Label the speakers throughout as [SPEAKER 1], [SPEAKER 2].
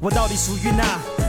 [SPEAKER 1] 我到底属于哪？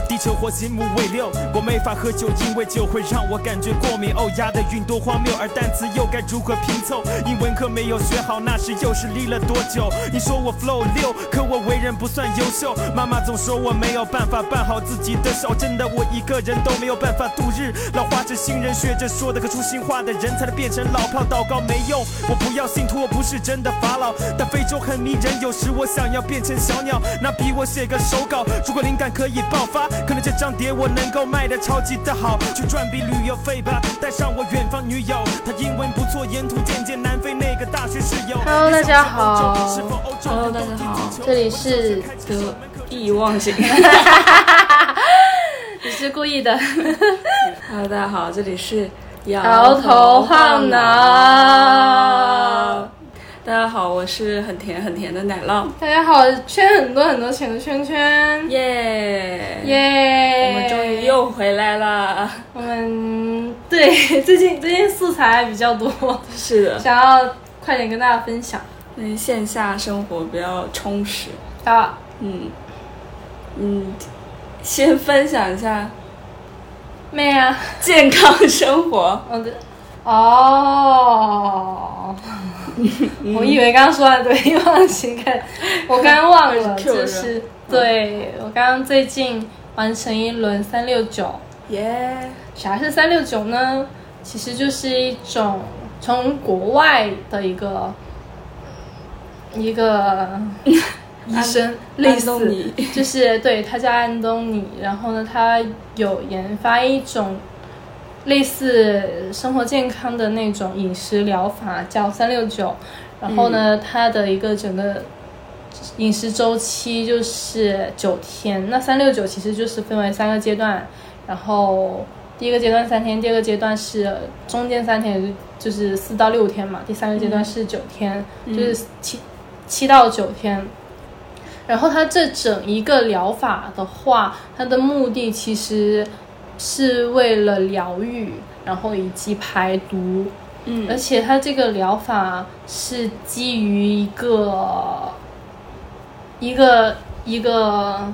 [SPEAKER 1] 地球火星木卫六，我没法喝酒，因为酒会让我感觉过敏。哦，押的韵多荒谬，而单词又该如何拼凑？英文课没有学好，那时又是离了多久？你说我 flow 六，可我为人不算优秀，妈妈总说我没有办法办好自己的手，真的我一个人都没有办法度日。老花痴新人学着说的，可出新话的人才能变成老炮，祷告没用。我不要信徒，我不是真的法老，但非洲很迷人，有时我想要变成小鸟，拿笔我写个手稿，如果灵感可以爆发。可能这张碟我能够卖的超级的好，去赚笔旅游费吧。带上我远方女友，她英文不错，沿途见见南非那个大学室友。
[SPEAKER 2] Hello，大家好
[SPEAKER 3] Hello，大家好
[SPEAKER 2] 这里是
[SPEAKER 3] 得意忘形。
[SPEAKER 2] 你是故意 的，
[SPEAKER 3] Hello，大家好，这里是
[SPEAKER 2] 摇头晃脑。
[SPEAKER 3] 大家好，我是很甜很甜的奶酪，
[SPEAKER 2] 大家好，圈很多很多钱的圈圈，
[SPEAKER 3] 耶！
[SPEAKER 2] 耶！
[SPEAKER 3] 我们终于又回来了。
[SPEAKER 2] 我们对 最近最近素材比较多，
[SPEAKER 3] 是的，
[SPEAKER 2] 想要快点跟大家分享。
[SPEAKER 3] 那线下生活比较充实。
[SPEAKER 2] 啊，
[SPEAKER 3] 嗯嗯，先分享一下
[SPEAKER 2] 妹啊，
[SPEAKER 3] 健康生活。
[SPEAKER 2] 我的哦，
[SPEAKER 3] 嗯
[SPEAKER 2] 我以为刚刚说完得意忘形，看我刚刚 忘了，
[SPEAKER 3] 还是 Q
[SPEAKER 2] 就
[SPEAKER 3] 人
[SPEAKER 2] 是对我刚刚最近完成一轮三六九。
[SPEAKER 3] 耶！
[SPEAKER 2] 啥是三六九呢？其实就是一种从国外的一个一个医生，类
[SPEAKER 3] 安东
[SPEAKER 2] 似
[SPEAKER 3] 尼，
[SPEAKER 2] 就是对他叫安东尼，然后呢，他有研发一种类似生活健康的那种饮食疗法，叫三六九。然后呢，它的一个整个饮食周期就是九天。那三六九其实就是分为三个阶段，然后第一个阶段三天，第二个阶段是中间三天，也就就是四到六天嘛。第三个阶段是九天，就是七七到九天。然后它这整一个疗法的话，它的目的其实是为了疗愈，然后以及排毒。
[SPEAKER 3] 嗯
[SPEAKER 2] 而且它这个疗法是基于一个一个一个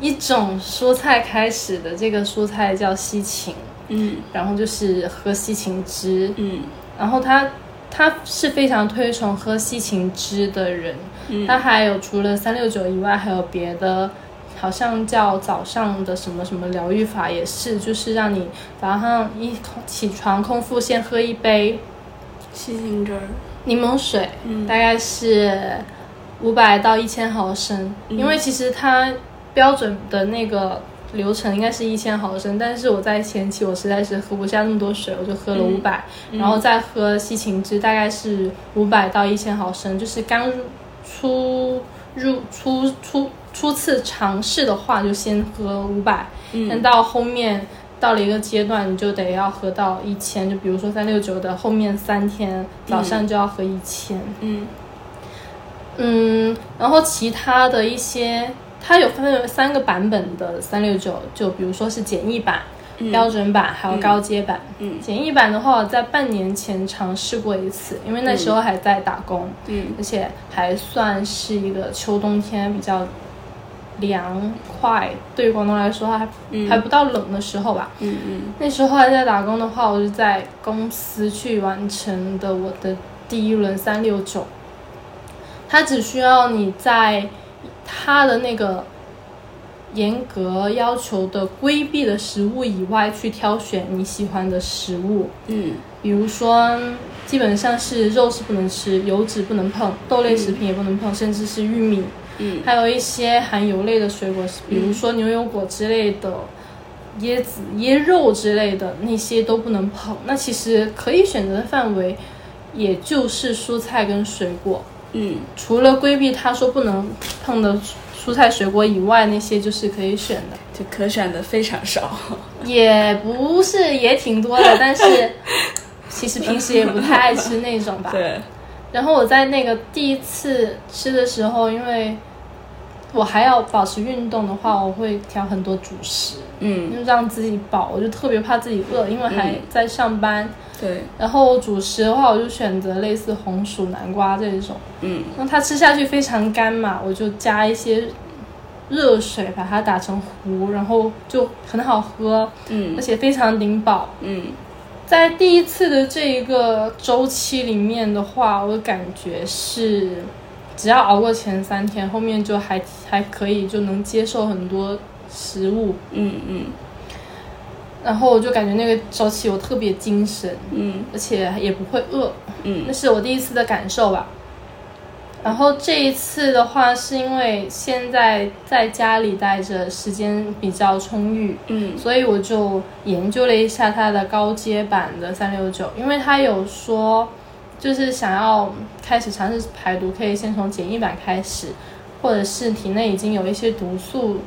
[SPEAKER 2] 一种蔬菜开始的，这个蔬菜叫西芹，
[SPEAKER 3] 嗯
[SPEAKER 2] 然后就是喝西芹汁，
[SPEAKER 3] 嗯
[SPEAKER 2] 然后他他是非常推崇喝西芹汁的人，
[SPEAKER 3] 嗯
[SPEAKER 2] 他还有除了三六九以外，还有别的，好像叫早上的什么什么疗愈法，也是就是让你早上一空起床空腹先喝一杯
[SPEAKER 3] 西芹汁儿。
[SPEAKER 2] 柠檬水，大概是五百到一千毫升，因为其实它标准的那个。流程应该是一千毫升，但是我在前期我实在是喝不下那么多水，我就喝了五百、然后再喝西芹汁，大概是五百到一千毫升，就是刚入初入初初初次尝试的话，就先喝五百、但到后面到了一个阶段，你就得要喝到一千，就比如说三六九的后面三天早上就要喝一千、
[SPEAKER 3] 嗯
[SPEAKER 2] 嗯，然后其他的一些，它有分为三个版本的三六九，就比如说是简易版、标准版，还有高阶版。
[SPEAKER 3] 嗯
[SPEAKER 2] 简易版的话，我在半年前尝试过一次，因为那时候还在打工，
[SPEAKER 3] 嗯
[SPEAKER 2] 而且还算是一个秋冬天比较凉快，对于广东来说还、还不到冷的时候吧。
[SPEAKER 3] 嗯嗯
[SPEAKER 2] 那时候还在打工的话，我就在公司去完成的我的第一轮三六九。它只需要你在它的那个严格要求的规避的食物以外，去挑选你喜欢的食物。
[SPEAKER 3] 嗯
[SPEAKER 2] 比如说，基本上是肉是不能吃，油脂不能碰，豆类食品也不能碰，甚至是玉米，
[SPEAKER 3] 嗯
[SPEAKER 2] 还有一些含油类的水果，比如说牛油果之类的，椰子、椰肉之类的那些都不能碰。那其实可以选择的范围，也就是蔬菜跟水果，
[SPEAKER 3] 嗯
[SPEAKER 2] 除了规避他说不能碰的蔬菜水果以外，那些就是可以选的。
[SPEAKER 3] 就可选的非常少。
[SPEAKER 2] 也不是也挺多的，但是其实平时也不太爱吃那种吧。
[SPEAKER 3] 对，
[SPEAKER 2] 然后我在那个第一次吃的时候，因为我还要保持运动的话，我会调很多主食，
[SPEAKER 3] 嗯
[SPEAKER 2] 因为让自己饱，我就特别怕自己饿，因为还在上班。
[SPEAKER 3] 对，
[SPEAKER 2] 然后主食的话，我就选择类似红薯、南瓜这一种，
[SPEAKER 3] 嗯
[SPEAKER 2] 那它吃下去非常干嘛，我就加一些热水把它打成糊，然后就很好喝，
[SPEAKER 3] 嗯
[SPEAKER 2] 而且非常顶饱。
[SPEAKER 3] 嗯
[SPEAKER 2] 在第一次的这一个周期里面的话，我感觉是，只要熬过前三天，后面就还还可以，就能接受很多食物。
[SPEAKER 3] 嗯嗯
[SPEAKER 2] 然后我就感觉那个周期我特别精神，
[SPEAKER 3] 嗯
[SPEAKER 2] 而且也不会饿，那
[SPEAKER 3] 嗯
[SPEAKER 2] 是我第一次的感受吧。然后这一次的话，是因为现在在家里待着，时间比较充裕，
[SPEAKER 3] 嗯
[SPEAKER 2] 所以我就研究了一下它的高阶版的三六九，因为它有说，就是想要开始尝试排毒，可以先从简易版开始，或者是体内已经有一些毒素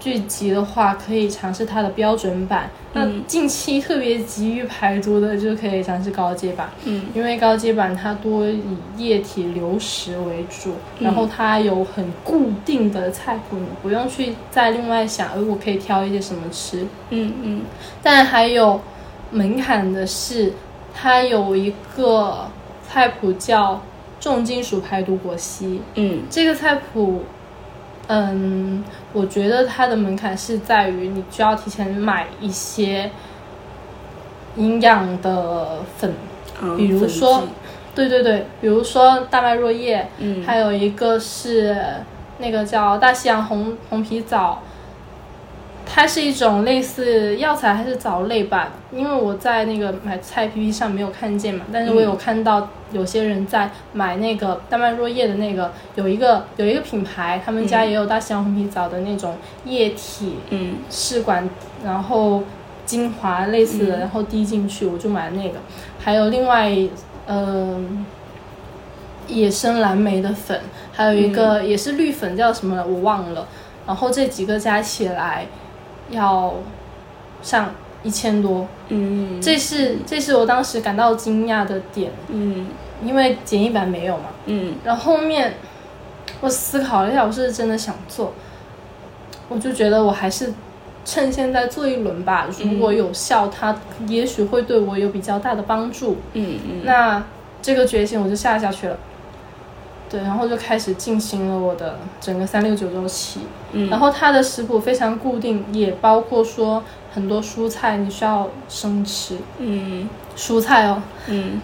[SPEAKER 2] 聚集的话，可以尝试它的标准版。那
[SPEAKER 3] 嗯
[SPEAKER 2] 近期特别急于排毒的，就可以尝试高阶版。
[SPEAKER 3] 嗯
[SPEAKER 2] 因为高阶版它多以液体流食为主，然后它有很固定的菜谱，你不用去再另外想，哎，我可以挑一些什么吃。
[SPEAKER 3] 嗯
[SPEAKER 2] 但还有门槛的是，它有一个菜谱叫重金属排毒果昔，
[SPEAKER 3] 嗯
[SPEAKER 2] 这个菜谱。嗯，我觉得它的门槛是在于你需要提前买一些营养的粉
[SPEAKER 3] 嗯，
[SPEAKER 2] 比如说对对对，比如说大麦若叶，
[SPEAKER 3] 嗯
[SPEAKER 2] 还有一个是那个叫大西洋红红皮枣，它是一种类似药材还是藻类吧？因为我在那个买菜 APP 上没有看见嘛，但是我有看到有些人在买那个大麦若叶的那个，有一个有一个品牌，他们家也有大西洋红皮枣的那种液体
[SPEAKER 3] 嗯
[SPEAKER 2] 试管，然后精华类似的，然后滴进去，我就买那个。还有另外，嗯、野生蓝莓的粉，还有一个也是绿粉，叫什么我忘了。然后这几个加起来要上一千多，
[SPEAKER 3] 嗯
[SPEAKER 2] 这是这是我当时感到惊讶的点，
[SPEAKER 3] 嗯
[SPEAKER 2] 因为简易版没有嘛。
[SPEAKER 3] 嗯
[SPEAKER 2] 然后后面我思考了一下，我是真的想做，我就觉得我还是趁现在做一轮吧。如果有效，它也许会对我有比较大的帮助。
[SPEAKER 3] 嗯嗯
[SPEAKER 2] 那这个决心我就下下去了。对，然后就开始进行了我的整个三六九周期。
[SPEAKER 3] 嗯，
[SPEAKER 2] 然后它的食谱非常固定，也包括说很多蔬菜你需要生吃，
[SPEAKER 3] 嗯
[SPEAKER 2] 蔬菜哦，
[SPEAKER 3] 嗯。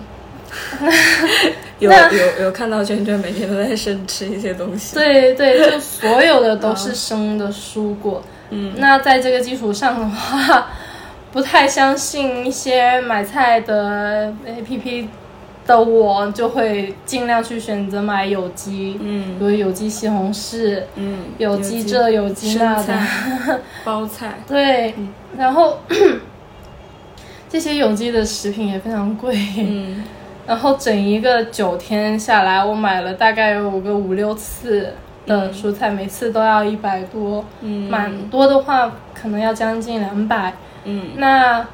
[SPEAKER 3] 有有有看到圈圈每天都在生吃一些东西，，
[SPEAKER 2] 对对，就所有的都是生的蔬果。
[SPEAKER 3] 嗯，
[SPEAKER 2] 那在这个基础上的话，不太相信一些买菜的 APP 的我，就会尽量去选择买有机，比
[SPEAKER 3] 嗯
[SPEAKER 2] 如有机西红柿、
[SPEAKER 3] 嗯，
[SPEAKER 2] 有机这、有机那
[SPEAKER 3] 生
[SPEAKER 2] 的。
[SPEAKER 3] 菜、嗯包菜，
[SPEAKER 2] 对，然后 这些有机的食品也非常贵。
[SPEAKER 3] 嗯
[SPEAKER 2] 然后整一个九天下来，我买了大概有个五六次的蔬菜，每次都要一百多，
[SPEAKER 3] 嗯
[SPEAKER 2] 蛮多的话可能要将近两百。
[SPEAKER 3] 嗯
[SPEAKER 2] 那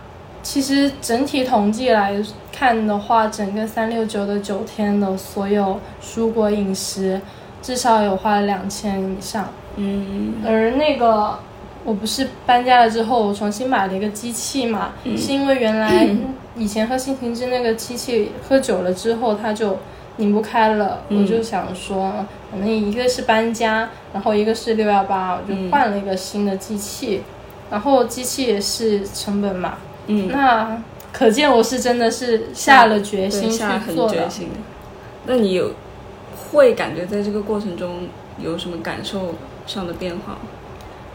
[SPEAKER 2] 其实整体统计来看的话，整个三六九的九天的所有蔬果饮食，至少有花了两千以上。
[SPEAKER 3] 嗯
[SPEAKER 2] 而那个我不是搬家了之后，我重新买了一个机器嘛，
[SPEAKER 3] 嗯
[SPEAKER 2] 是因为原来以前喝心情汁那个机器喝久了之后，它就拧不开了。
[SPEAKER 3] 嗯
[SPEAKER 2] 我就想说，反正一个是搬家，然后一个是六幺八，我就换了一个新的机器。然后机器也是成本嘛，
[SPEAKER 3] 嗯，
[SPEAKER 2] 那可见我是真的是下了决心
[SPEAKER 3] 对
[SPEAKER 2] 去
[SPEAKER 3] 下很
[SPEAKER 2] 做
[SPEAKER 3] 决
[SPEAKER 2] 的。
[SPEAKER 3] 心的。那你有会感觉在这个过程中有什么感受上的变化吗？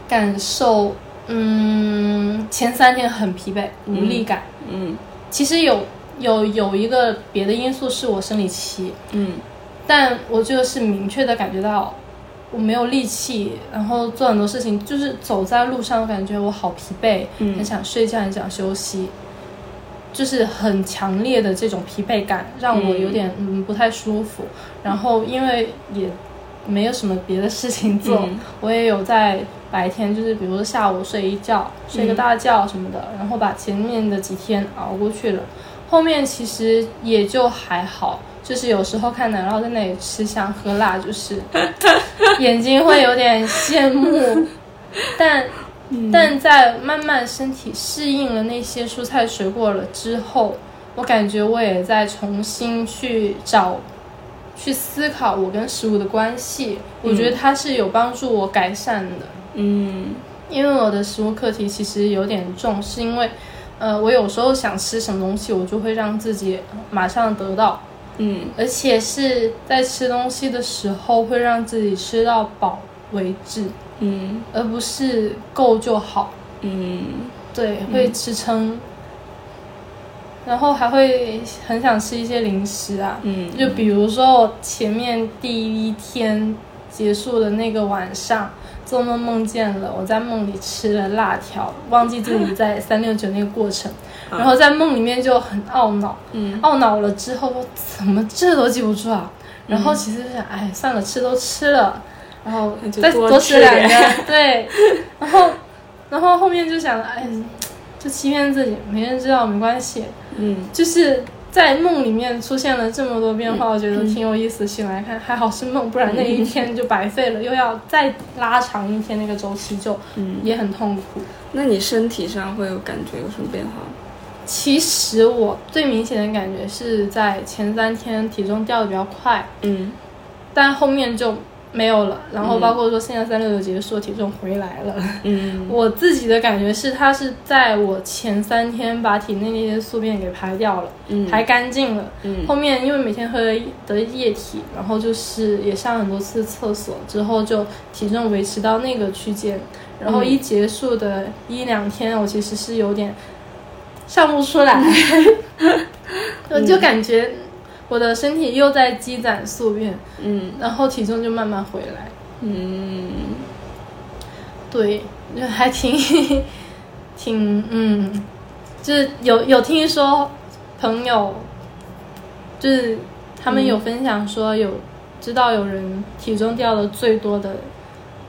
[SPEAKER 2] 感受，嗯，前三天很疲惫，无力感。
[SPEAKER 3] 嗯
[SPEAKER 2] 其实有有有一个别的因素是我生理期，
[SPEAKER 3] 嗯
[SPEAKER 2] 但我就是明确的感觉到我没有力气，然后做很多事情，就是走在路上，我感觉我好疲惫，
[SPEAKER 3] 嗯
[SPEAKER 2] 很想睡觉，很想休息，就是很强烈的这种疲惫感，让我有点嗯不太舒服。然后因为也没有什么别的事情做，
[SPEAKER 3] 嗯
[SPEAKER 2] 我也有在白天，就是比如说下午睡一觉，睡个大觉什么的，然后把前面的几天熬过去了。后面其实也就还好，就是有时候看奶酪在那里吃香喝辣，就是 眼睛会有点羡慕，但但在慢慢身体适应了那些蔬菜水果了之后，我感觉我也在重新去找去思考我跟食物的关系，我觉得它是有帮助我改善的。
[SPEAKER 3] 嗯
[SPEAKER 2] 因为我的食物课题其实有点重，是因为，呃，我有时候想吃什么东西，我就会让自己马上得到，
[SPEAKER 3] 嗯
[SPEAKER 2] 而且是在吃东西的时候会让自己吃到饱为止，
[SPEAKER 3] 嗯
[SPEAKER 2] 而不是够就好。
[SPEAKER 3] 嗯
[SPEAKER 2] 对，会吃撑，然后还会很想吃一些零食啊，
[SPEAKER 3] 嗯，
[SPEAKER 2] 就比如说我前面第一天结束的那个晚上，做梦梦见了我在梦里吃了辣条，忘记自己 在三六九那个过程，然后在梦里面就很懊恼，
[SPEAKER 3] 嗯
[SPEAKER 2] 懊恼了之后我怎么这都记不住啊？
[SPEAKER 3] 嗯
[SPEAKER 2] 然后其实就想，哎，算了，吃都吃了，然后
[SPEAKER 3] 那就
[SPEAKER 2] 再
[SPEAKER 3] 多
[SPEAKER 2] 多
[SPEAKER 3] 吃
[SPEAKER 2] 吃两
[SPEAKER 3] 点
[SPEAKER 2] 个，对，然后然后后面就想，哎，就欺骗自己，没人知道没关系，
[SPEAKER 3] 嗯
[SPEAKER 2] 就是在梦里面出现了这么多变化，我觉得挺有意思。醒来看，还好是梦，不然那一天就白费了，又要再拉长一天那个周期，就
[SPEAKER 3] 嗯，
[SPEAKER 2] 也很痛苦。
[SPEAKER 3] 那你身体上会有感觉有什么变化吗？
[SPEAKER 2] 其实我最明显的感觉是在前三天体重掉的比较快，
[SPEAKER 3] 嗯
[SPEAKER 2] 但后面就没有了。然后
[SPEAKER 3] 嗯
[SPEAKER 2] 包括说现在三六九结束，体重回来了。
[SPEAKER 3] 嗯
[SPEAKER 2] 我自己的感觉是，它是在我前三天把体内那些宿便给排掉了，
[SPEAKER 3] 嗯
[SPEAKER 2] 排干净了。
[SPEAKER 3] 嗯
[SPEAKER 2] 后面因为每天喝的液体，然后就是也上很多次厕所，之后就体重维持到那个区间，然后一结束的一两天，我其实是有点上不出来，我就感觉我的身体又在积攒宿便，
[SPEAKER 3] 嗯
[SPEAKER 2] 然后体重就慢慢回来，
[SPEAKER 3] 嗯
[SPEAKER 2] 对，就还挺挺嗯，就是有有听说朋友，就是他们有
[SPEAKER 3] 嗯
[SPEAKER 2] 分享说有、知道有人体重掉的最多的，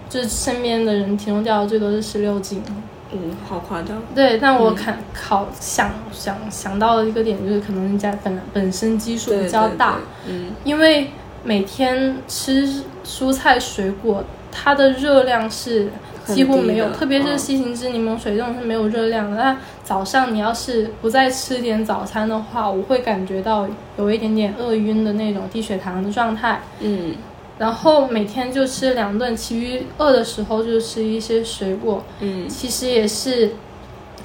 [SPEAKER 2] 就是身边的人体重掉的最多是十六斤。
[SPEAKER 3] 嗯，好夸张。
[SPEAKER 2] 对，但
[SPEAKER 3] 嗯
[SPEAKER 2] 我看、考想想想到的一个点就是，可能人家本本身基数
[SPEAKER 3] 对
[SPEAKER 2] 比较大，，
[SPEAKER 3] 对对嗯
[SPEAKER 2] 因为每天吃蔬菜水果，它的热量是几乎没有，
[SPEAKER 3] 很低的
[SPEAKER 2] 特别是
[SPEAKER 3] 嗯
[SPEAKER 2] 西芹汁、柠檬水这种是没有热量的。那早上你要是不再吃点早餐的话，我会感觉到有一点点饿晕的那种低血糖的状态。
[SPEAKER 3] 嗯
[SPEAKER 2] 然后每天就吃两顿，其余饿的时候就吃一些水果，
[SPEAKER 3] 嗯
[SPEAKER 2] 其实也是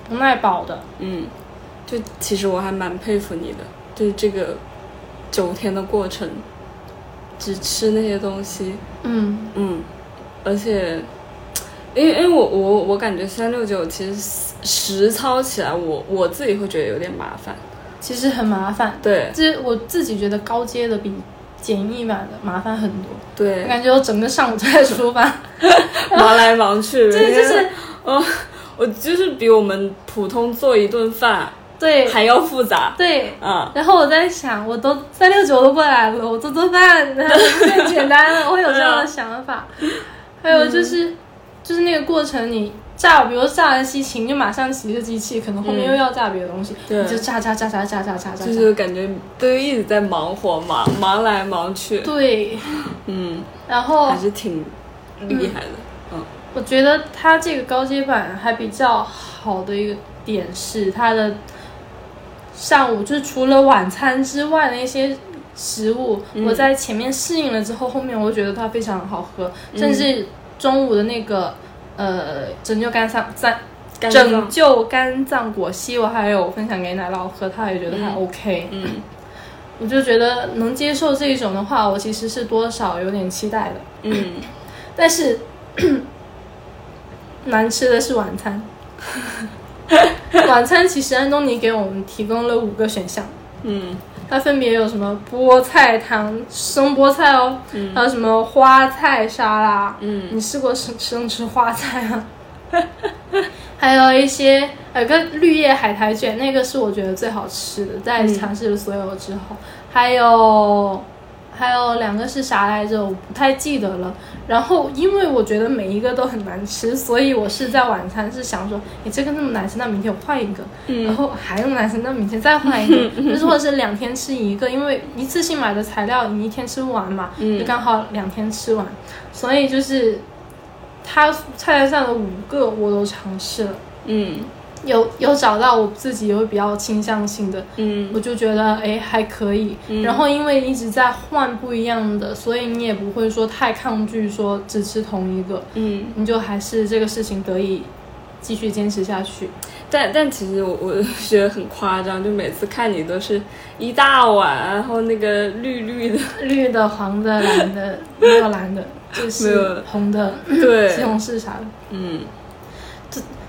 [SPEAKER 2] 不耐饱的。
[SPEAKER 3] 嗯，就其实我还蛮佩服你的，就是这个九天的过程，只吃那些东西，
[SPEAKER 2] 嗯
[SPEAKER 3] 嗯，而且，因为因为我我我感觉三六九其实实实操起来我，我自己会觉得有点麻烦，
[SPEAKER 2] 其实很麻烦，
[SPEAKER 3] 对
[SPEAKER 2] 这我自己觉得高阶的比简易版的麻烦很多。我
[SPEAKER 3] 对，
[SPEAKER 2] 感觉我整个上午都在 书吧，
[SPEAKER 3] 忙来忙 去，
[SPEAKER 2] 对，
[SPEAKER 3] 每
[SPEAKER 2] 就
[SPEAKER 3] 天
[SPEAKER 2] 是
[SPEAKER 3] 我就是比我们普通做一顿饭
[SPEAKER 2] 对
[SPEAKER 3] 还要复杂，
[SPEAKER 2] 对。
[SPEAKER 3] 啊，
[SPEAKER 2] 然后我在想，我都三六九都过来了，我做做饭 太简单 了，我有这样的想法。还有就是，
[SPEAKER 3] 嗯
[SPEAKER 2] 就是那个过程，你炸，比如炸完西芹，就马上洗一个机器，可能后面
[SPEAKER 3] 嗯
[SPEAKER 2] 又要炸别的东西，
[SPEAKER 3] 对
[SPEAKER 2] 你就炸炸炸炸炸炸炸炸炸。
[SPEAKER 3] 就是感觉都一直在忙活忙忙来忙去，
[SPEAKER 2] 对，
[SPEAKER 3] 嗯，
[SPEAKER 2] 然后
[SPEAKER 3] 还是挺厉害的，
[SPEAKER 2] 我觉得它这个高阶版还比较好的一个点是，它的上午就是除了晚餐之外的一些食物，我在前面适应了之后，后面我觉得它非常好喝，甚至中午的那个呃拯救肝脏在
[SPEAKER 3] 干净
[SPEAKER 2] 拯救肝脏果昔，我还有分享给奶酪喝，他也觉得还 OK，
[SPEAKER 3] 嗯
[SPEAKER 2] 我就觉得能接受这一种的话，我其实是多少有点期待的。
[SPEAKER 3] 嗯，
[SPEAKER 2] 但是 难吃的是晚餐。 晚餐其实安东尼给我们提供了五个选项，
[SPEAKER 3] 嗯
[SPEAKER 2] 它分别有什么菠菜汤、生菠菜哦，还有什么花菜沙拉。
[SPEAKER 3] 嗯
[SPEAKER 2] 你试过生生吃花菜啊？ 还有一些有个绿叶海苔卷，那个是我觉得最好吃的，在尝试了所有之后，还有还有两个是啥来着，我不太记得了。然后因为我觉得每一个都很难吃，所以我是在晚餐是想说，你这个那么难吃，那明天我换一个，然后还那么难吃，那明天再换一 个，就是或者是两天吃一个，因为一次性买的材料你一天吃不完嘛，
[SPEAKER 3] 嗯
[SPEAKER 2] 就刚好两天吃完，所以就是。它菜单上的五个我都尝试了，
[SPEAKER 3] 嗯
[SPEAKER 2] 有有找到我自己会比较倾向性的，
[SPEAKER 3] 嗯
[SPEAKER 2] 我就觉得哎还可以。然后因为一直在换不一样的，所以你也不会说太抗拒说只吃同一个，
[SPEAKER 3] 嗯，
[SPEAKER 2] 你就还是这个事情得以继续坚持下去。
[SPEAKER 3] 但但其实我我觉得很夸张，就每次看你都是一大碗，然后那个绿绿 的，
[SPEAKER 2] 绿的、黄的、蓝的，没有蓝 的，就
[SPEAKER 3] 没
[SPEAKER 2] 是
[SPEAKER 3] 有
[SPEAKER 2] 红的、西
[SPEAKER 3] 对，
[SPEAKER 2] 红柿啥的。
[SPEAKER 3] 嗯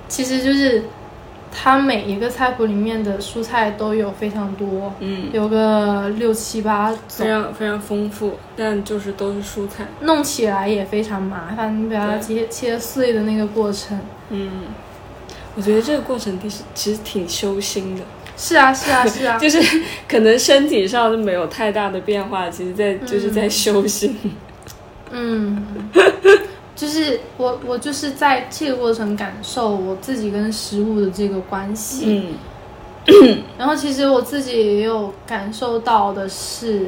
[SPEAKER 2] 其实就是它每一个菜谱里面的蔬菜都有非常多，
[SPEAKER 3] 嗯，
[SPEAKER 2] 有个六七八
[SPEAKER 3] 非
[SPEAKER 2] 种，
[SPEAKER 3] 常非常丰富，但就是都是蔬菜，
[SPEAKER 2] 弄起来也非常麻烦。你把它切切碎的那个过程，
[SPEAKER 3] 嗯，我觉得这个过程其实其实挺修心的，
[SPEAKER 2] 是啊，是 啊，是啊，
[SPEAKER 3] 就是可能身体上就没有太大的变化，其实在就是在修心，
[SPEAKER 2] 嗯，就是我我就是在这个过程感受我自己跟食物的这个关系。
[SPEAKER 3] 嗯
[SPEAKER 2] 然后其实我自己也有感受到的是，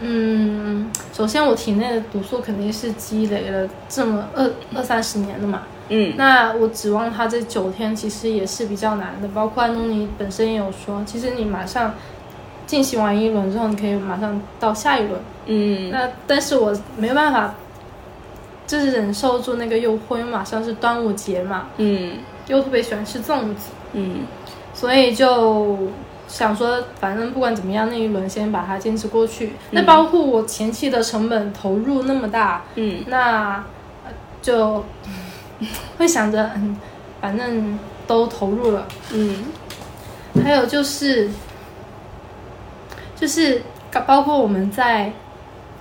[SPEAKER 2] 嗯，首先我体内的毒素肯定是积累了这么二二三十年的嘛，
[SPEAKER 3] 嗯
[SPEAKER 2] 那我指望它这九天其实也是比较难的。包括安东尼本身也有说，其实你马上进行完一轮之后，你可以马上到下一轮。
[SPEAKER 3] 嗯
[SPEAKER 2] 那但是我没办法，就是忍受住那个诱惑，因为马上是端午节嘛，
[SPEAKER 3] 嗯
[SPEAKER 2] 又特别喜欢吃粽子。
[SPEAKER 3] 嗯
[SPEAKER 2] 所以就想说，反正不管怎么样，那一轮先把它坚持过去。那包括我前期的成本投入那么大，
[SPEAKER 3] 嗯
[SPEAKER 2] 那呃就会想着，嗯，反正都投入了。
[SPEAKER 3] 嗯
[SPEAKER 2] 还有就是，就是包括我们在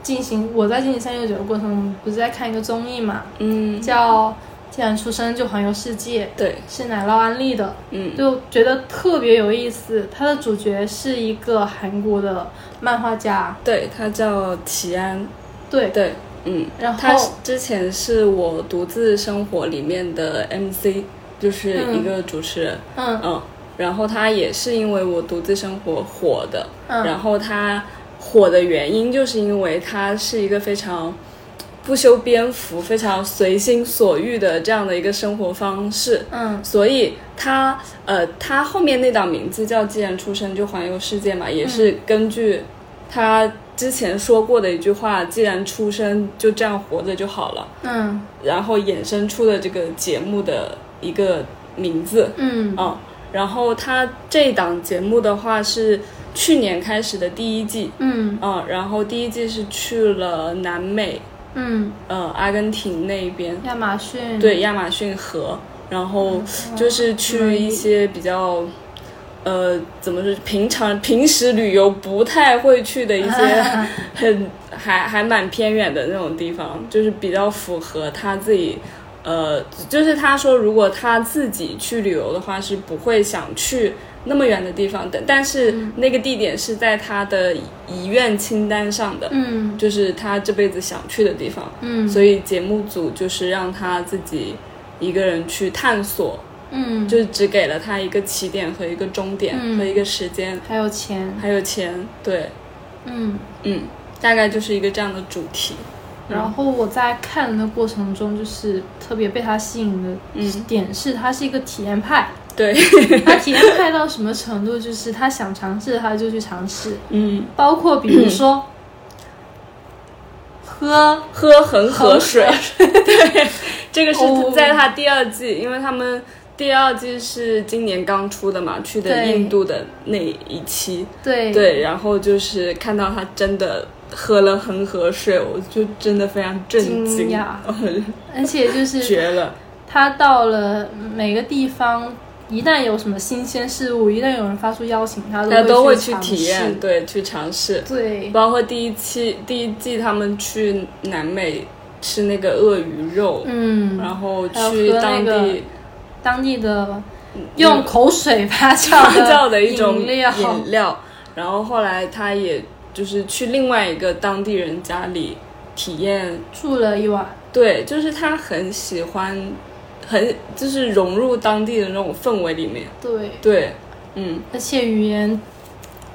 [SPEAKER 2] 进行我在进行三六九的过程，我们不是在看一个综艺嘛，
[SPEAKER 3] 嗯，
[SPEAKER 2] 叫《既然出生就环游世界》，
[SPEAKER 3] 对，
[SPEAKER 2] 是奶酪安利的。
[SPEAKER 3] 嗯
[SPEAKER 2] 就觉得特别有意思。它的主角是一个韩国的漫画家，
[SPEAKER 3] 对，它叫齐安，
[SPEAKER 2] 对，
[SPEAKER 3] 对，嗯。
[SPEAKER 2] 然
[SPEAKER 3] 他
[SPEAKER 2] 后
[SPEAKER 3] 之前是我独自生活里面的 MC，就是一个主持人，
[SPEAKER 2] 嗯
[SPEAKER 3] 嗯然后他也是因为我独自生活火的，
[SPEAKER 2] 嗯
[SPEAKER 3] 然后他火的原因就是因为他是一个非常不修边幅、非常随心所欲的这样的一个生活方式，
[SPEAKER 2] 嗯
[SPEAKER 3] 所以他呃，他后面那档名字叫《既然出生就环游世界》嘛，也是根据他之前说过的一句话“既然出生就这样活着就好了
[SPEAKER 2] 嗯”，
[SPEAKER 3] 然后衍生出的这个节目的一个名字。
[SPEAKER 2] 嗯
[SPEAKER 3] 嗯，然后他这档节目的话是去年开始的第一季，
[SPEAKER 2] 嗯
[SPEAKER 3] 嗯，然后第一季是去了南美，
[SPEAKER 2] 嗯，
[SPEAKER 3] 呃，阿根廷那一边，
[SPEAKER 2] 亚马逊，
[SPEAKER 3] 对，亚马逊河，然后就是去一些比较，呃，怎么说，平常平时旅游不太会去的一些很还还蛮偏远的那种地方，就是比较符合他自己。呃，就是他说，如果他自己去旅游的话，是不会想去那么远的地方的。但是那个地点是在他的遗愿清单上的，
[SPEAKER 2] 嗯
[SPEAKER 3] 就是他这辈子想去的地方。
[SPEAKER 2] 嗯，
[SPEAKER 3] 所
[SPEAKER 2] 以
[SPEAKER 3] 以节目组就是让他自己一个人去探索，
[SPEAKER 2] 嗯
[SPEAKER 3] 就是只给了他一个起点和一个终点
[SPEAKER 2] 嗯
[SPEAKER 3] 和一个时间，
[SPEAKER 2] 还有钱，
[SPEAKER 3] 还有钱，对，
[SPEAKER 2] 嗯。
[SPEAKER 3] 嗯，大概就是一个这样的主题，
[SPEAKER 2] 然后我在看的过程中，就是特别被他吸引的
[SPEAKER 3] 嗯
[SPEAKER 2] 点是，他是一个体验派。
[SPEAKER 3] 对，
[SPEAKER 2] 他体验派到什么程度？就是他想尝试，他就去尝试。
[SPEAKER 3] 嗯，
[SPEAKER 2] 包括比如说喝
[SPEAKER 3] 喝恒河水
[SPEAKER 2] 恒，
[SPEAKER 3] 对，这个是
[SPEAKER 2] 哦
[SPEAKER 3] 在他第二季，因为他们。第二季是今年刚出的嘛，去的
[SPEAKER 2] 对
[SPEAKER 3] 印度的那一期，
[SPEAKER 2] 对
[SPEAKER 3] 对，然后就是看到他真的喝了恒河水，我就真的非常震
[SPEAKER 2] 惊
[SPEAKER 3] 惊，
[SPEAKER 2] 讶，而且就是
[SPEAKER 3] 绝了，
[SPEAKER 2] 他到了每个地方，一旦有什么新鲜事物，一旦有人发出邀请，他
[SPEAKER 3] 大家都
[SPEAKER 2] 会
[SPEAKER 3] 会去
[SPEAKER 2] 尝
[SPEAKER 3] 体
[SPEAKER 2] 试
[SPEAKER 3] 验，。对，去尝试，
[SPEAKER 2] 对，
[SPEAKER 3] 包括第一期、第一季他们去南美吃那个鳄鱼肉，
[SPEAKER 2] 嗯，
[SPEAKER 3] 然后
[SPEAKER 2] 还有
[SPEAKER 3] 去
[SPEAKER 2] 喝那
[SPEAKER 3] 当
[SPEAKER 2] 个
[SPEAKER 3] 地
[SPEAKER 2] 当地的用口水发酵
[SPEAKER 3] 嗯发酵的一种
[SPEAKER 2] 饮料，
[SPEAKER 3] 饮料，然后后来他也就是去另外一个当地人家里体验，
[SPEAKER 2] 住了一晚。
[SPEAKER 3] 对，就是他很喜欢，很就是融入当地的那种氛围里面，
[SPEAKER 2] 对，
[SPEAKER 3] 对，嗯，
[SPEAKER 2] 而且语言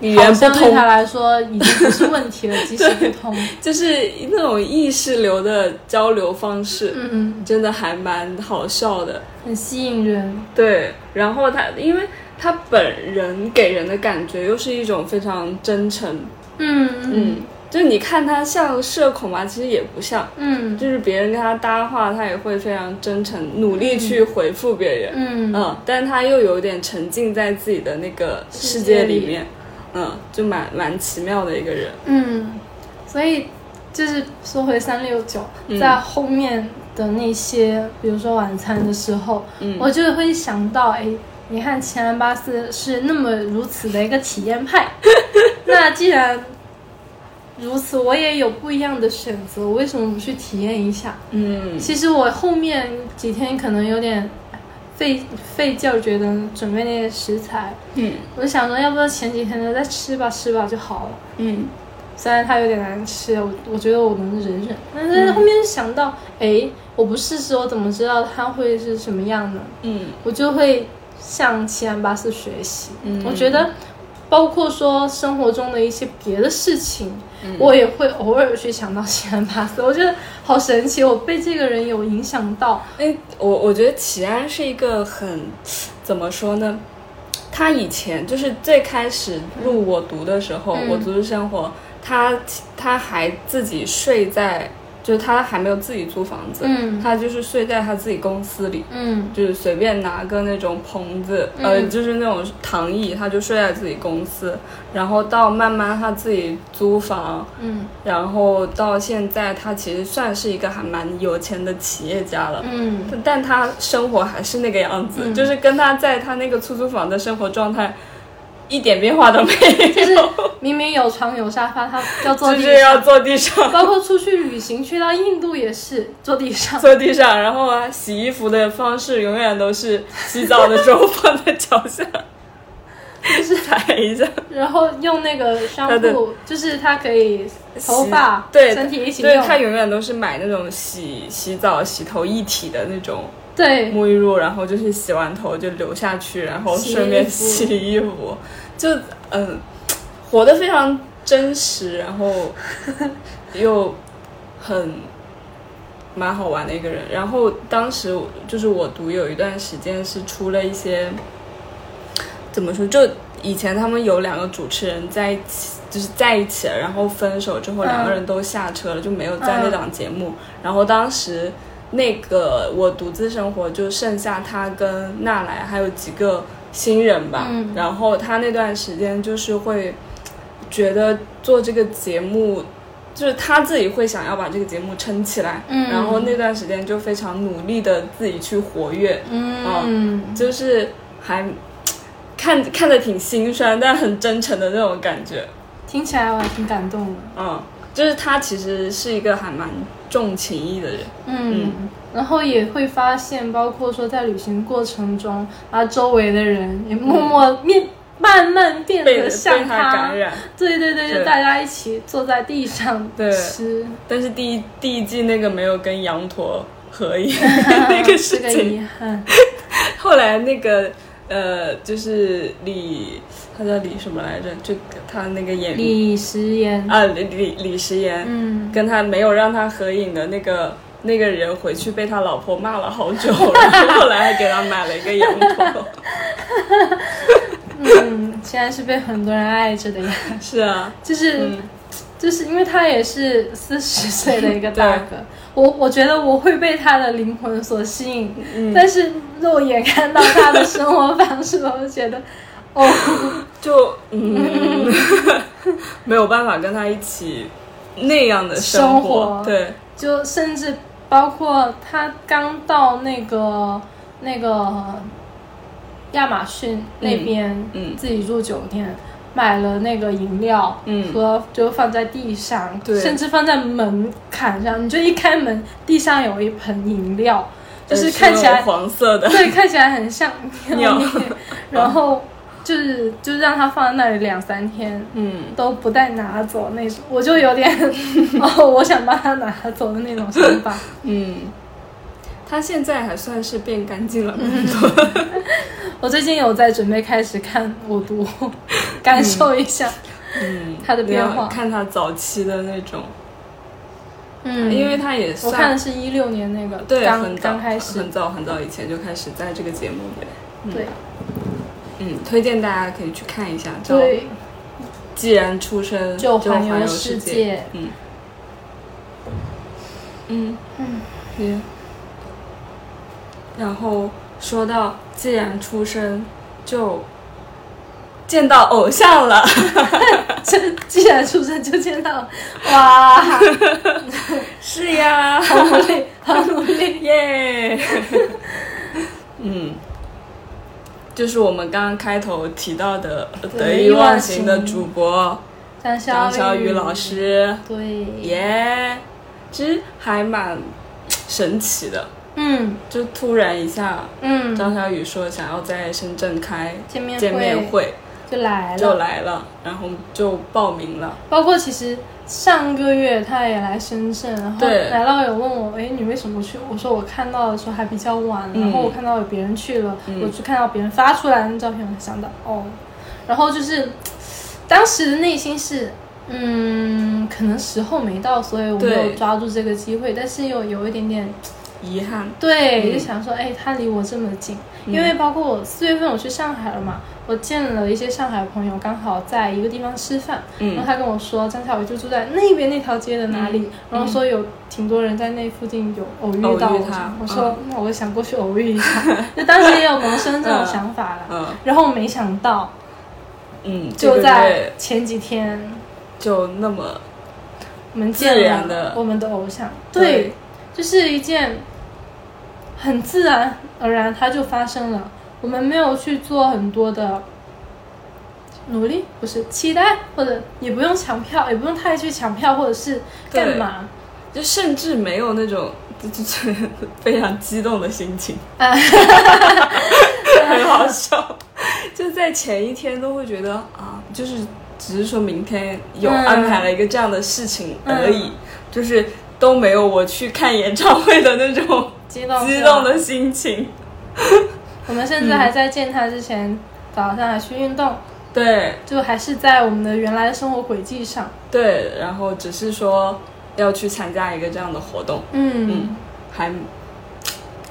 [SPEAKER 3] 语
[SPEAKER 2] 好
[SPEAKER 3] 言不
[SPEAKER 2] 像对
[SPEAKER 3] 通
[SPEAKER 2] 他，来说已经不是问题了，即使不 通，
[SPEAKER 3] 就是那种意识流的交流方式，
[SPEAKER 2] 嗯，
[SPEAKER 3] 真的还蛮好笑的。
[SPEAKER 2] 很吸引人，
[SPEAKER 3] 对，然后他，因为他本人给人的感觉又是一种非常真诚，
[SPEAKER 2] 嗯
[SPEAKER 3] 嗯，就你看他像社恐吧，其实也不像，
[SPEAKER 2] 嗯嗯
[SPEAKER 3] 就是别人跟他搭话，他也会非常真诚，努力去回复别人，
[SPEAKER 2] 嗯
[SPEAKER 3] 嗯，但他又有点沉浸在自己的那个世界里面，嗯，就蛮蛮奇妙的一个人，
[SPEAKER 2] 嗯，所以就是说回三六九，在后面的那些，比如说晚餐的时候，
[SPEAKER 3] 嗯
[SPEAKER 2] 我就会想到，哎，你看前安巴斯是那么如此的一个体验派，那既然如此，我也有不一样的选择，我为什么不去体验一下？
[SPEAKER 3] 嗯
[SPEAKER 2] 其实我后面几天可能有点费费劲儿，觉得准备那些食材，
[SPEAKER 3] 嗯
[SPEAKER 2] 我就想着，要不要前几天的再吃吧，吃吧就好了。
[SPEAKER 3] 嗯
[SPEAKER 2] 虽然它有点难吃，我我觉得我能忍忍，但
[SPEAKER 3] 嗯
[SPEAKER 2] 是后面想到，哎、我不试试，我怎么知道它会是什么样呢？
[SPEAKER 3] 嗯
[SPEAKER 2] 我就会向奇安巴斯学习。
[SPEAKER 3] 嗯
[SPEAKER 2] 我觉得，包括说生活中的一些别的事情，
[SPEAKER 3] 嗯
[SPEAKER 2] 我也会偶尔去想到奇安巴斯。我觉得好神奇，我被这个人有影响到。
[SPEAKER 3] 哎，我我觉得齐安是一个很怎么说呢？他以前就是最开始入我读的时候，
[SPEAKER 2] 嗯
[SPEAKER 3] 我读的生活，他他还自己睡在，就是他还没有自己租房子，
[SPEAKER 2] 嗯
[SPEAKER 3] 他就是睡在他自己公司里，
[SPEAKER 2] 嗯
[SPEAKER 3] 就是随便拿个那种棚子，呃，
[SPEAKER 2] 嗯
[SPEAKER 3] 就是那种躺椅，他就睡在自己公司，然后到慢慢他自己租房，
[SPEAKER 2] 嗯
[SPEAKER 3] 然后到现在他其实算是一个还蛮有钱的企业家了，
[SPEAKER 2] 嗯
[SPEAKER 3] 但他生活还是那个样子，
[SPEAKER 2] 嗯
[SPEAKER 3] 就是跟他在他那个出租房的生活状态一点变化都没有，
[SPEAKER 2] 就是明明有床有沙发，他要坐
[SPEAKER 3] 就
[SPEAKER 2] 地
[SPEAKER 3] 是要
[SPEAKER 2] 上。
[SPEAKER 3] 坐地上，
[SPEAKER 2] 包括出去旅行，去到印度也是坐地上。
[SPEAKER 3] 坐地上，然后啊，洗衣服的方式永远都是洗澡的时候 放在脚下，就是抬一下，
[SPEAKER 2] 然后用那个
[SPEAKER 3] 它
[SPEAKER 2] 商
[SPEAKER 3] 的
[SPEAKER 2] 铺，就是它可以头
[SPEAKER 3] 洗
[SPEAKER 2] 发、
[SPEAKER 3] 对
[SPEAKER 2] 身体一起
[SPEAKER 3] 对
[SPEAKER 2] 用，
[SPEAKER 3] 他永远都是买那种洗洗澡、洗头一体的那种
[SPEAKER 2] 对
[SPEAKER 3] 沐浴露，然后就是洗完头就流下去，然后
[SPEAKER 2] 洗
[SPEAKER 3] 顺便
[SPEAKER 2] 衣服
[SPEAKER 3] 洗衣服，就嗯，活得非常真实，然后又很蛮好玩的一个人。然后当时就是我读有一段时间是出了一些怎么说，就以前他们有两个主持人在一起。就是在一起了，然后分手之后，
[SPEAKER 2] 嗯
[SPEAKER 3] 两个人都下车了，就没有在那
[SPEAKER 2] 嗯
[SPEAKER 3] 档节目。然后当时那个我独自生活就剩下他跟纳莱还有几个新人吧，
[SPEAKER 2] 嗯
[SPEAKER 3] 然后他那段时间就是会觉得做这个节目。就是他自己会想要把这个节目撑起来，
[SPEAKER 2] 嗯
[SPEAKER 3] 然后那段时间就非常努力的自己去活跃，
[SPEAKER 2] 嗯，
[SPEAKER 3] 就是还看看着挺心酸，但很真诚的那种感觉。
[SPEAKER 2] 听起来我还挺感动的，
[SPEAKER 3] 嗯，就是他其实是一个还蛮重情义的人。
[SPEAKER 2] 嗯。然后也会发现，包括说在旅行过程中，啊，周围的人也默默变，慢慢变
[SPEAKER 3] 被
[SPEAKER 2] 得
[SPEAKER 3] 嗯被
[SPEAKER 2] 像
[SPEAKER 3] 他感染。
[SPEAKER 2] 对对对，
[SPEAKER 3] 对
[SPEAKER 2] 就大家一起坐在地上
[SPEAKER 3] 对
[SPEAKER 2] 吃，
[SPEAKER 3] 但是第一第一季那个没有跟羊驼 合影 那个
[SPEAKER 2] 是
[SPEAKER 3] 事
[SPEAKER 2] 啊个遗
[SPEAKER 3] 情，
[SPEAKER 2] 憾。
[SPEAKER 3] 后来那个呃，就是李，他叫李什么来着？就他那个演
[SPEAKER 2] 李时言，
[SPEAKER 3] 啊李李李时言，
[SPEAKER 2] 嗯，
[SPEAKER 3] 跟他没有让他合影的那个那个人回去被他老婆骂了好久，然后后来还给他买了一个羊 驼。
[SPEAKER 2] 嗯，现在是被很多人爱着的呀。
[SPEAKER 3] 是啊，
[SPEAKER 2] 就是、
[SPEAKER 3] 嗯
[SPEAKER 2] 就是因为他也是四十岁的一个大哥，我我觉得我会被他的灵魂所吸引，但是肉眼看到他的生活方式，我就觉得，哦，
[SPEAKER 3] 就嗯， 没有办法跟他一起那样的
[SPEAKER 2] 生
[SPEAKER 3] 活
[SPEAKER 2] 活
[SPEAKER 3] 对，
[SPEAKER 2] 就甚至包括他刚到那个那个亚马逊那边，
[SPEAKER 3] 嗯嗯
[SPEAKER 2] 自己住酒店。买了那个饮料，
[SPEAKER 3] 嗯
[SPEAKER 2] 和就放在地上，
[SPEAKER 3] 对
[SPEAKER 2] 甚至放在门槛上。你就一开门，地上有一盆饮料，就是看起
[SPEAKER 3] 那
[SPEAKER 2] 来
[SPEAKER 3] 种黄 色的，
[SPEAKER 2] 对，看起来很像
[SPEAKER 3] 尿
[SPEAKER 2] 尿液，然后就是就让它放在那里两三天
[SPEAKER 3] 嗯。
[SPEAKER 2] 都不带拿走那种，我就有 点哦，我想把它拿走的那种想法。
[SPEAKER 3] 嗯，他现在还算是变干净了蛮多。
[SPEAKER 2] 我最近有在准备开始看我读，感受一下
[SPEAKER 3] 嗯，
[SPEAKER 2] 它的变
[SPEAKER 3] 要
[SPEAKER 2] 化。
[SPEAKER 3] 看他早期的那种，
[SPEAKER 2] 嗯，
[SPEAKER 3] 因为他也
[SPEAKER 2] 我看的
[SPEAKER 3] 算
[SPEAKER 2] 是一六年那个，
[SPEAKER 3] 对
[SPEAKER 2] 刚
[SPEAKER 3] 很早
[SPEAKER 2] 刚开始
[SPEAKER 3] 很，早很早以前就开始在这个节目里，
[SPEAKER 2] 对
[SPEAKER 3] 嗯，推荐大家可以去看一下，叫《
[SPEAKER 2] 对，
[SPEAKER 3] 既然出生
[SPEAKER 2] 就
[SPEAKER 3] 环
[SPEAKER 2] 环游
[SPEAKER 3] 世
[SPEAKER 2] 世
[SPEAKER 3] 界》，
[SPEAKER 2] 界。
[SPEAKER 3] 嗯，嗯嗯，然后说到既然出生就见到偶像了，
[SPEAKER 2] 这既然出生就见到， 哇，
[SPEAKER 3] 是呀，
[SPEAKER 2] 好努力，好努力。
[SPEAKER 3] 耶，嗯，就是我们刚刚开头提到的得意忘形的主播
[SPEAKER 2] 张小
[SPEAKER 3] 张小雨老，师，
[SPEAKER 2] 对，
[SPEAKER 3] 耶，其实还蛮神奇的，
[SPEAKER 2] 嗯
[SPEAKER 3] 就突然一下，
[SPEAKER 2] 嗯，
[SPEAKER 3] 张小雨说想要在深圳开
[SPEAKER 2] 见面
[SPEAKER 3] 见面会，
[SPEAKER 2] 就来
[SPEAKER 3] 就
[SPEAKER 2] 了。
[SPEAKER 3] 来了，然后就报名了。
[SPEAKER 2] 包括其实上个月他也来深圳，然后
[SPEAKER 3] 对
[SPEAKER 2] 来了有问我，哎，你为什么不去？我说我看到的时候还比较晚，
[SPEAKER 3] 嗯
[SPEAKER 2] 然后我看到有别人去了，
[SPEAKER 3] 嗯
[SPEAKER 2] 我就看到别人发出来的照片，我才想到哦，然后就是当时的内心是。嗯，可能时候没到，所以我没有
[SPEAKER 3] 对
[SPEAKER 2] 抓住这个机会，但是又有一点点
[SPEAKER 3] 遗憾，
[SPEAKER 2] 对，
[SPEAKER 3] 嗯
[SPEAKER 2] 就想说，哎，他离我这么近，因为包括我四月份我去上海了嘛，我见了一些上海朋友，刚好在一个地方吃饭，
[SPEAKER 3] 嗯
[SPEAKER 2] 然后他跟我说张小雨就住在那边那条街的哪里，然后说有挺多人在那附近有偶遇到
[SPEAKER 3] 偶遇
[SPEAKER 2] 我
[SPEAKER 3] 他，嗯
[SPEAKER 2] 我说、那我想过去偶遇一下， 就当时也有萌生这种想法了，
[SPEAKER 3] 嗯
[SPEAKER 2] 然后没想到
[SPEAKER 3] 嗯，这
[SPEAKER 2] 就
[SPEAKER 3] 个
[SPEAKER 2] 在
[SPEAKER 3] 月
[SPEAKER 2] 前几天
[SPEAKER 3] 就那么
[SPEAKER 2] 我们
[SPEAKER 3] 自
[SPEAKER 2] 见了
[SPEAKER 3] 然的
[SPEAKER 2] 我们的偶像，对，就是一件很自然而然它就发生了，我们没有去做很多的努力，不是期待，或者也不用抢票，也不用太去抢票，或者是
[SPEAKER 3] 对
[SPEAKER 2] 干嘛，
[SPEAKER 3] 就甚至没有那种 就就就非常激动的 心情，
[SPEAKER 2] 啊
[SPEAKER 3] 很好笑。就在前一天都会觉得啊，就是只是说明天有
[SPEAKER 2] 嗯
[SPEAKER 3] 安排了一个这样的事情而已，就是都没有我去看演唱会的那种
[SPEAKER 2] 激动
[SPEAKER 3] 激动。
[SPEAKER 2] 是
[SPEAKER 3] 的
[SPEAKER 2] 吧
[SPEAKER 3] 心情。
[SPEAKER 2] 嗯我们甚至还在见他之前，早上还去运动，
[SPEAKER 3] 对
[SPEAKER 2] 就还是在我们的原来的生活轨迹上。
[SPEAKER 3] 对，然后只是说要去参加一个这样的活动，
[SPEAKER 2] 嗯，
[SPEAKER 3] 嗯，还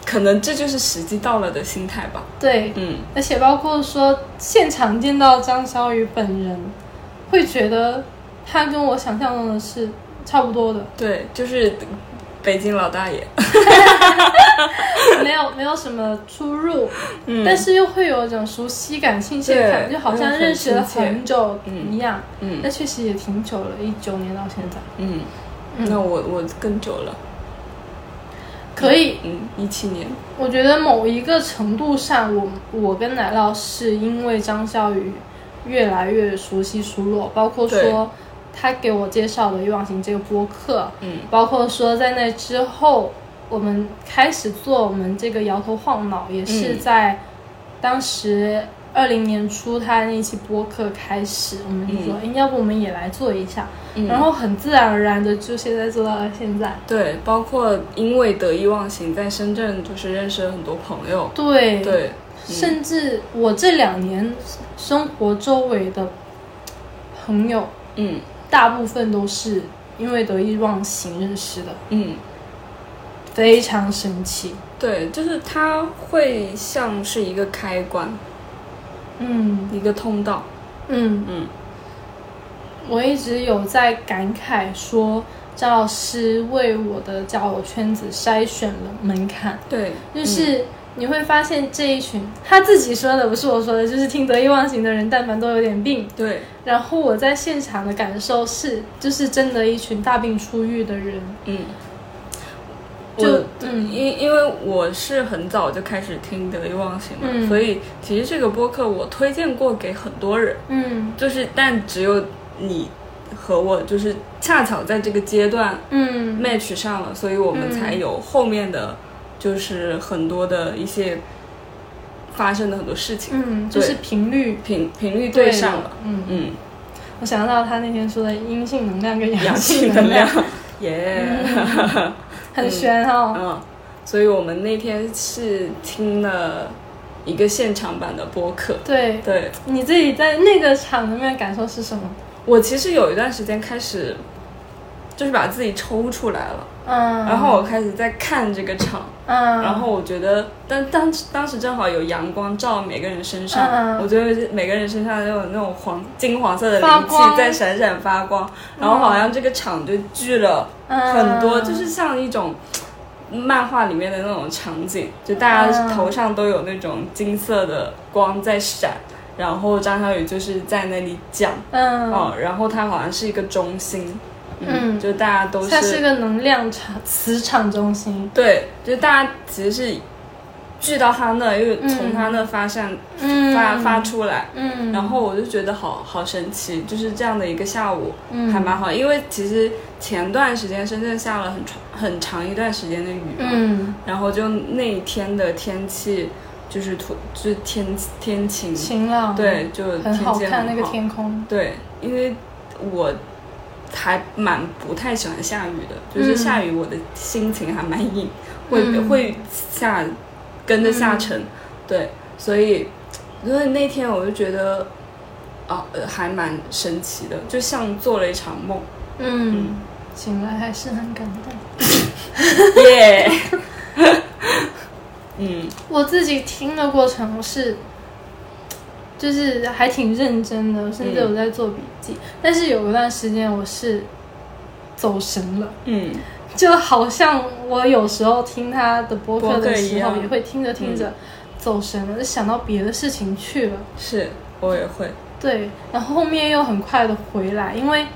[SPEAKER 3] 可能这就是时机到了的心态吧，
[SPEAKER 2] 对，
[SPEAKER 3] 嗯。
[SPEAKER 2] 而且包括说现场见到张小雨本人，会觉得他跟我想象中的是差不多的，
[SPEAKER 3] 对，就是北京老大爷。
[SPEAKER 2] 没有没有什么出入，
[SPEAKER 3] 嗯
[SPEAKER 2] 但是又会有一种熟悉感、亲切感，
[SPEAKER 3] 对
[SPEAKER 2] 就好像认识了很久
[SPEAKER 3] 嗯
[SPEAKER 2] 一样。
[SPEAKER 3] 嗯
[SPEAKER 2] 但确实也挺久了，一九年到现在，
[SPEAKER 3] 嗯，
[SPEAKER 2] 嗯
[SPEAKER 3] 那我我更久了，
[SPEAKER 2] 可以，
[SPEAKER 3] 嗯，一七年。
[SPEAKER 2] 我觉得某一个程度上，我我跟奶酪是因为张笑宇越来越熟悉熟络，包括
[SPEAKER 3] 对
[SPEAKER 2] 说他给我介绍的《欲望型》这个播客，
[SPEAKER 3] 嗯
[SPEAKER 2] 包括说在那之后，我们开始做我们这个摇头晃脑，也是
[SPEAKER 3] 嗯
[SPEAKER 2] 在当时二零年初他那期播客开始，我们就说，哎、要不我们也来做一下，
[SPEAKER 3] 嗯
[SPEAKER 2] 然后很自然而然的就现在做到了现在，
[SPEAKER 3] 对，包括因为得意忘形，在深圳就是认识了很多朋友。
[SPEAKER 2] 对
[SPEAKER 3] 对，嗯
[SPEAKER 2] 甚至我这两年生活周围的朋友，
[SPEAKER 3] 嗯
[SPEAKER 2] 大部分都是因为得意忘形认识的，
[SPEAKER 3] 嗯，
[SPEAKER 2] 非常神奇。
[SPEAKER 3] 对，就是它会像是一个开关，
[SPEAKER 2] 嗯
[SPEAKER 3] 一个通道。
[SPEAKER 2] 嗯，
[SPEAKER 3] 嗯
[SPEAKER 2] 我一直有在感慨说，张老师为我的交友圈子筛选了门槛，
[SPEAKER 3] 对，嗯
[SPEAKER 2] 就是。你会发现这一群他自己说的不是我说的，就是听得意忘形的人，但凡都有点病，
[SPEAKER 3] 对，
[SPEAKER 2] 然后我在现场的感受是，就是真的一群大病初愈的人，
[SPEAKER 3] 嗯。
[SPEAKER 2] 就
[SPEAKER 3] 我
[SPEAKER 2] 嗯
[SPEAKER 3] 因因为我是很早就开始听得意忘形了，
[SPEAKER 2] 嗯
[SPEAKER 3] 所以其实这个播客我推荐过给很多人，
[SPEAKER 2] 嗯
[SPEAKER 3] 就是但只有你和我就是恰巧在这个阶段
[SPEAKER 2] 嗯
[SPEAKER 3] match 上了，所以我们
[SPEAKER 2] 嗯
[SPEAKER 3] 才有后面的就是很多的一些发生的很多事情，
[SPEAKER 2] 嗯，就是
[SPEAKER 3] 对
[SPEAKER 2] 频率
[SPEAKER 3] 频频率对上
[SPEAKER 2] 了
[SPEAKER 3] 了，，
[SPEAKER 2] 嗯，
[SPEAKER 3] 嗯，
[SPEAKER 2] 我想到他那天说的阴性能量跟
[SPEAKER 3] 阳
[SPEAKER 2] 阳
[SPEAKER 3] 性
[SPEAKER 2] 能
[SPEAKER 3] 能 量，耶，
[SPEAKER 2] 很玄哦，
[SPEAKER 3] 嗯嗯，所以我们那天是听了一个现场版的播客。
[SPEAKER 2] 对，
[SPEAKER 3] 对
[SPEAKER 2] 你自己在那个场里面感受是什么？
[SPEAKER 3] 我其实有一段时间开始，就是把自己抽出来了，
[SPEAKER 2] 嗯，
[SPEAKER 3] 然后我开始在看这个场，
[SPEAKER 2] 嗯，
[SPEAKER 3] 然后我觉得，但当当时正好有阳光照每个人身上，
[SPEAKER 2] 嗯嗯
[SPEAKER 3] 我觉得每个人身上都有那种黄金黄色的
[SPEAKER 2] 发
[SPEAKER 3] 灵气
[SPEAKER 2] 光
[SPEAKER 3] 在闪闪发光，然后好像这个场就聚了
[SPEAKER 2] 嗯
[SPEAKER 3] 很多，就是像一种漫画里面的那种场景，就大
[SPEAKER 2] 嗯
[SPEAKER 3] 家头上都有那种金色的光在闪，然后张小雨就是在那里讲，
[SPEAKER 2] 嗯，
[SPEAKER 3] 哦，然后它好像是一个中心，
[SPEAKER 2] 嗯
[SPEAKER 3] 就大家都
[SPEAKER 2] 它是个能量场磁场中心，
[SPEAKER 3] 对，就大家其实是聚到他那，又从
[SPEAKER 2] 嗯
[SPEAKER 3] 他那发散、
[SPEAKER 2] 嗯，
[SPEAKER 3] 发发，出来。
[SPEAKER 2] 嗯，
[SPEAKER 3] 然后我就觉得好好神奇，就是这样的一个下午，
[SPEAKER 2] 嗯
[SPEAKER 3] 还蛮好。因为其实前段时间深圳下了很长很长一段时间的雨嘛，
[SPEAKER 2] 嗯，
[SPEAKER 3] 然后就那一天的天气就是突就是天天晴，
[SPEAKER 2] 晴朗，，
[SPEAKER 3] 对，就天
[SPEAKER 2] 很
[SPEAKER 3] 气
[SPEAKER 2] 好看那个
[SPEAKER 3] 好
[SPEAKER 2] 天空，
[SPEAKER 3] 对，因为我还蛮不太喜欢下雨的，就是
[SPEAKER 2] 嗯
[SPEAKER 3] 下雨我的心情还蛮阴，会、
[SPEAKER 2] 嗯
[SPEAKER 3] 会下跟着下沉，对，所以所以那天我就觉得啊、呃还蛮神奇的，就像做了一场梦，
[SPEAKER 2] 嗯，醒来还是很感动。
[SPEAKER 3] 耶， 嗯
[SPEAKER 2] 我自己听的过程是，就是还挺认真的，甚至
[SPEAKER 3] 嗯
[SPEAKER 2] 有在做笔记。但是有一段时间我是走神了，
[SPEAKER 3] 嗯
[SPEAKER 2] 就好像我有时候听他的播客
[SPEAKER 3] 播客
[SPEAKER 2] 的
[SPEAKER 3] 一
[SPEAKER 2] 时候，
[SPEAKER 3] 样嗯
[SPEAKER 2] 也会听着听着走神了，就想到别的事情去了。
[SPEAKER 3] 是我也会，
[SPEAKER 2] 对，然后后面又很快的回来，因为，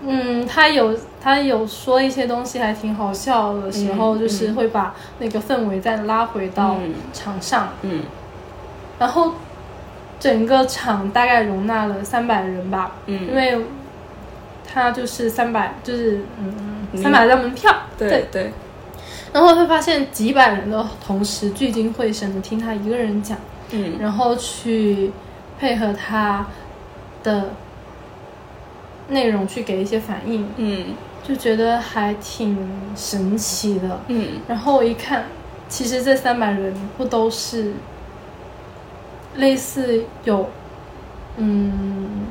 [SPEAKER 2] 嗯，他有他有说一些东西还挺好笑的时候，
[SPEAKER 3] 嗯
[SPEAKER 2] 就是
[SPEAKER 3] 嗯
[SPEAKER 2] 会把那个氛围再拉回到
[SPEAKER 3] 嗯
[SPEAKER 2] 场上，
[SPEAKER 3] 嗯
[SPEAKER 2] 然后整个场大概容纳了三百人吧，因
[SPEAKER 3] 嗯，
[SPEAKER 2] 为他就是三百，就是嗯
[SPEAKER 3] 你
[SPEAKER 2] 三百张门票，
[SPEAKER 3] 对对，
[SPEAKER 2] 然后会发现几百人都同时聚精会神的听他一个人讲，
[SPEAKER 3] 嗯
[SPEAKER 2] 然后去配合他的内容去给一些反应，
[SPEAKER 3] 嗯
[SPEAKER 2] 就觉得还挺神奇的。
[SPEAKER 3] 嗯
[SPEAKER 2] 然后我一看，其实这三百人不都是类似有嗯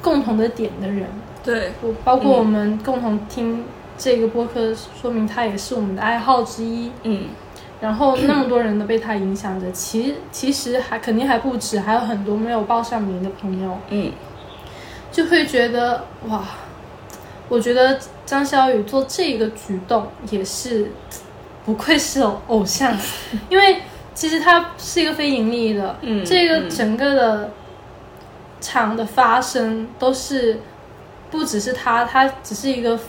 [SPEAKER 2] 共同的点的人，
[SPEAKER 3] 对，
[SPEAKER 2] 我包括
[SPEAKER 3] 嗯
[SPEAKER 2] 我们共同听这个播客，说明他也是我们的爱好之一。
[SPEAKER 3] 嗯
[SPEAKER 2] 然后那么多人都被他影响着，其其实还肯定还不止，还有很多没有报上名的朋友，
[SPEAKER 3] 嗯
[SPEAKER 2] 就会觉得哇，我觉得张小雨做这个举动也是不愧是偶像，因为其实他是一个非盈利的，
[SPEAKER 3] 嗯
[SPEAKER 2] 这个
[SPEAKER 3] 嗯
[SPEAKER 2] 整个的场的发生都是不只是他，他只是一个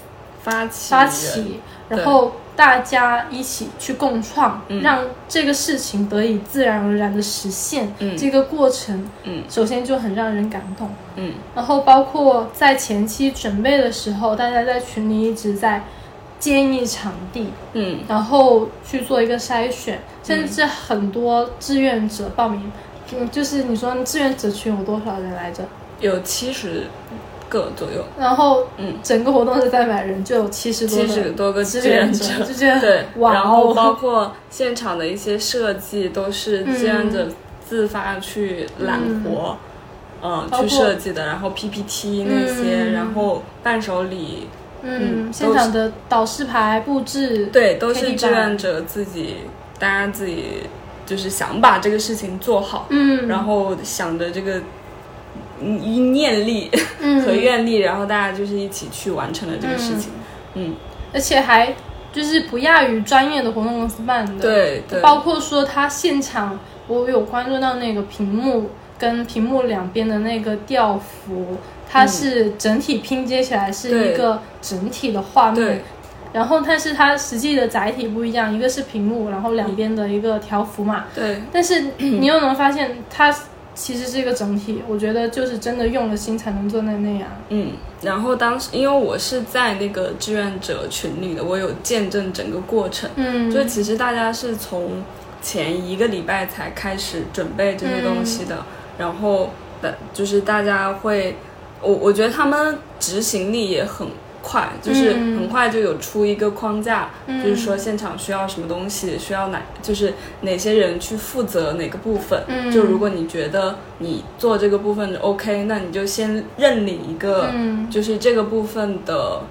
[SPEAKER 3] 发起
[SPEAKER 2] 发
[SPEAKER 3] 人
[SPEAKER 2] 起，
[SPEAKER 3] 对
[SPEAKER 2] 然后大家一起去共创，
[SPEAKER 3] 嗯
[SPEAKER 2] 让这个事情得以自然而然的实现。
[SPEAKER 3] 嗯
[SPEAKER 2] 这个过程
[SPEAKER 3] 嗯
[SPEAKER 2] 首先就很让人感动，
[SPEAKER 3] 嗯
[SPEAKER 2] 然后包括在前期准备的时候，大家在群里一直在建议场地，
[SPEAKER 3] 嗯。
[SPEAKER 2] 然后去做一个筛选，甚至很多志愿者报名。嗯，就是你说志愿者群有多少人来着？
[SPEAKER 3] 有七十个左右，
[SPEAKER 2] 然后，
[SPEAKER 3] 嗯
[SPEAKER 2] 整个活动是三百人，就有七十多
[SPEAKER 3] 七
[SPEAKER 2] 个
[SPEAKER 3] 十多个
[SPEAKER 2] 志
[SPEAKER 3] 志
[SPEAKER 2] 愿
[SPEAKER 3] 愿
[SPEAKER 2] 者
[SPEAKER 3] 者，
[SPEAKER 2] 就觉得
[SPEAKER 3] 对，
[SPEAKER 2] 哇哦
[SPEAKER 3] 然后包括现场的一些设计都是
[SPEAKER 2] 嗯
[SPEAKER 3] 志愿者自发去揽活，嗯，
[SPEAKER 2] 包括
[SPEAKER 3] 去设计的，然后 PPT 那些，
[SPEAKER 2] 嗯
[SPEAKER 3] 然后伴手礼，
[SPEAKER 2] 嗯，
[SPEAKER 3] 嗯
[SPEAKER 2] 现
[SPEAKER 3] 都
[SPEAKER 2] 场
[SPEAKER 3] 是
[SPEAKER 2] 的导师牌布置，
[SPEAKER 3] 对，都
[SPEAKER 2] KD
[SPEAKER 3] 是
[SPEAKER 2] 版
[SPEAKER 3] 志愿者自己，大家自己就是想把这个事情做好，
[SPEAKER 2] 嗯，
[SPEAKER 3] 然后想着这个。一念力
[SPEAKER 2] 嗯
[SPEAKER 3] 和愿力，然后大家就是一起去完成了这个事情。嗯，
[SPEAKER 2] 而且还就是不亚于专业的活动公司办的，，
[SPEAKER 3] 对对，
[SPEAKER 2] 包括说他现场，我有关注到那个屏幕跟屏幕两边的那个吊幅，它是整体拼接起来是
[SPEAKER 3] 对
[SPEAKER 2] 一个整体的画面
[SPEAKER 3] 嗯对，
[SPEAKER 2] 然后但是它实际的载体不一样，一个是屏幕，然后两边的一个条幅嘛，
[SPEAKER 3] 对，
[SPEAKER 2] 但是你又能发现它其实是一个整体，我觉得就是真的用了心才能做到那样。
[SPEAKER 3] 嗯，然后当时因为我是在那个志愿者群里的，我有见证整个过程。
[SPEAKER 2] 嗯，
[SPEAKER 3] 就其实大家是从前一个礼拜才开始准备这些
[SPEAKER 2] 嗯
[SPEAKER 3] 东西的，然呃后的就是大家会，我我觉得他们执行力也很快，就是
[SPEAKER 2] 嗯
[SPEAKER 3] 很快就有出一个框架，
[SPEAKER 2] 嗯
[SPEAKER 3] 就是说现场需要什么东西，需要哪，就是哪些人去负责哪个部分。
[SPEAKER 2] 嗯
[SPEAKER 3] 就如果你觉得你做这个部分 OK，那你就先认领一个，
[SPEAKER 2] 嗯
[SPEAKER 3] 就是这个部分的。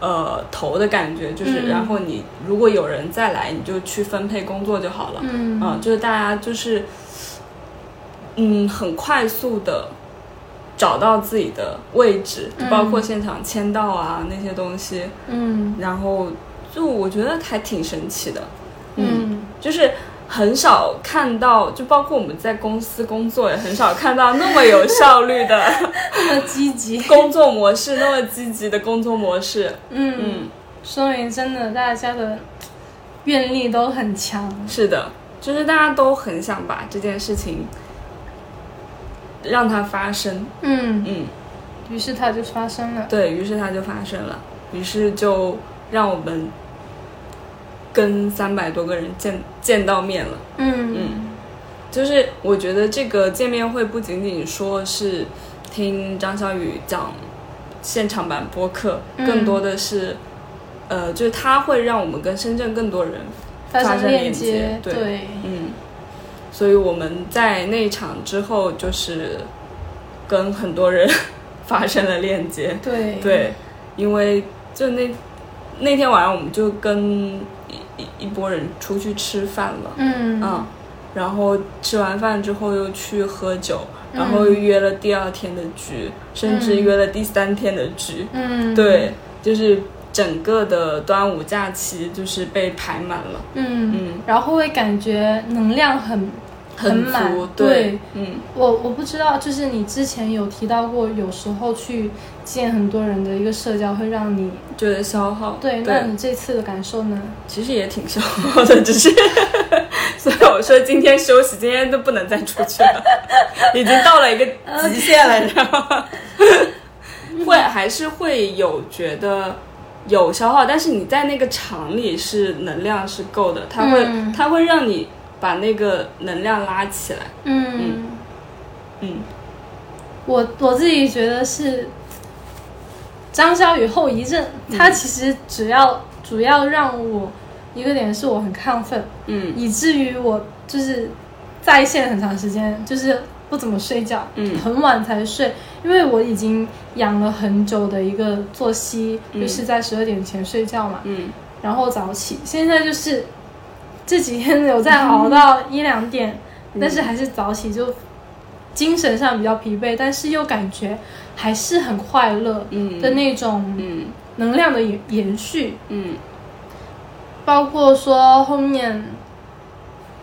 [SPEAKER 3] 呃，头的感觉就是，
[SPEAKER 2] 嗯
[SPEAKER 3] 然后你如果有人再来，你就去分配工作就好了。
[SPEAKER 2] 嗯
[SPEAKER 3] 嗯，就是大家就是，嗯，很快速的找到自己的位置，就包括
[SPEAKER 2] 嗯
[SPEAKER 3] 现场签到啊、那些东西，
[SPEAKER 2] 嗯
[SPEAKER 3] 然后就我觉得还挺神奇的，
[SPEAKER 2] 嗯
[SPEAKER 3] 就是很少看到，就包括我们在公司工作也很少看到那么有效率的
[SPEAKER 2] 这么积极，
[SPEAKER 3] 工作模式，那么积极的工作模式，
[SPEAKER 2] 嗯，
[SPEAKER 3] 嗯，
[SPEAKER 2] 说明真的大家的愿力都很强，
[SPEAKER 3] 是的，就是大家都很想把这件事情让它发生，
[SPEAKER 2] 嗯，
[SPEAKER 3] 嗯。
[SPEAKER 2] 于是它就发生了，
[SPEAKER 3] 对于是它就发生了，于是就让我们跟三百多个人见见到面了。
[SPEAKER 2] 嗯
[SPEAKER 3] 就是我觉得这个见面会不仅仅说是听张小雨讲现场版播客，
[SPEAKER 2] 嗯
[SPEAKER 3] 更多的是，呃，就是它会让我们跟深圳更多人，
[SPEAKER 2] 发
[SPEAKER 3] 发生
[SPEAKER 2] 链
[SPEAKER 3] 链接对
[SPEAKER 2] 对，
[SPEAKER 3] 嗯，所以我们在那一场之后，就是跟很多人 发生了链接。
[SPEAKER 2] 对
[SPEAKER 3] 对，因为就那那天晚上我们就跟一一一波人出去吃饭了，
[SPEAKER 2] 嗯
[SPEAKER 3] 嗯，然后吃完饭之后又去喝酒，
[SPEAKER 2] 嗯
[SPEAKER 3] 然后又约了第二天的局，甚至
[SPEAKER 2] 嗯
[SPEAKER 3] 约了第三天的局，
[SPEAKER 2] 嗯，
[SPEAKER 3] 对，就是整个的端午假期就是被排满了，
[SPEAKER 2] 嗯，
[SPEAKER 3] 嗯，
[SPEAKER 2] 然后会感觉能量很很
[SPEAKER 3] 足
[SPEAKER 2] 满，对
[SPEAKER 3] 对，嗯，
[SPEAKER 2] 我我不知道，就是你之前有提到过，有时候去见很多人的一个社交会让你
[SPEAKER 3] 觉得消耗，
[SPEAKER 2] 对，那你这次的感受呢？
[SPEAKER 3] 其实也挺消耗的， 只是，所以我说今天休息，今天都不能再出去了，已经到了一个极限了，你知道吗？会还是会有觉得有消耗，但是你在那个场里是能量是够的，它会、
[SPEAKER 2] 嗯
[SPEAKER 3] 它会让你把那个能量拉起来，
[SPEAKER 2] 嗯，
[SPEAKER 3] 嗯，
[SPEAKER 2] 我我自己觉得是张小雨后遗症，他其实只要主要让我一个点是我很亢奋，
[SPEAKER 3] 嗯
[SPEAKER 2] 以至于我就是在线很长时间，就是不怎么睡觉，
[SPEAKER 3] 嗯
[SPEAKER 2] 很晚才睡，因为我已经养了很久的一个作息，
[SPEAKER 3] 嗯
[SPEAKER 2] 就是在十二点前睡觉嘛，
[SPEAKER 3] 嗯
[SPEAKER 2] 然后早起。现在就是这几天有在熬到一两点，但是还是早起，就精神上比较疲惫，嗯但是又感觉还是很快乐
[SPEAKER 3] 嗯
[SPEAKER 2] 的那种
[SPEAKER 3] 嗯
[SPEAKER 2] 能量的延延续。
[SPEAKER 3] 嗯
[SPEAKER 2] 包括说后面，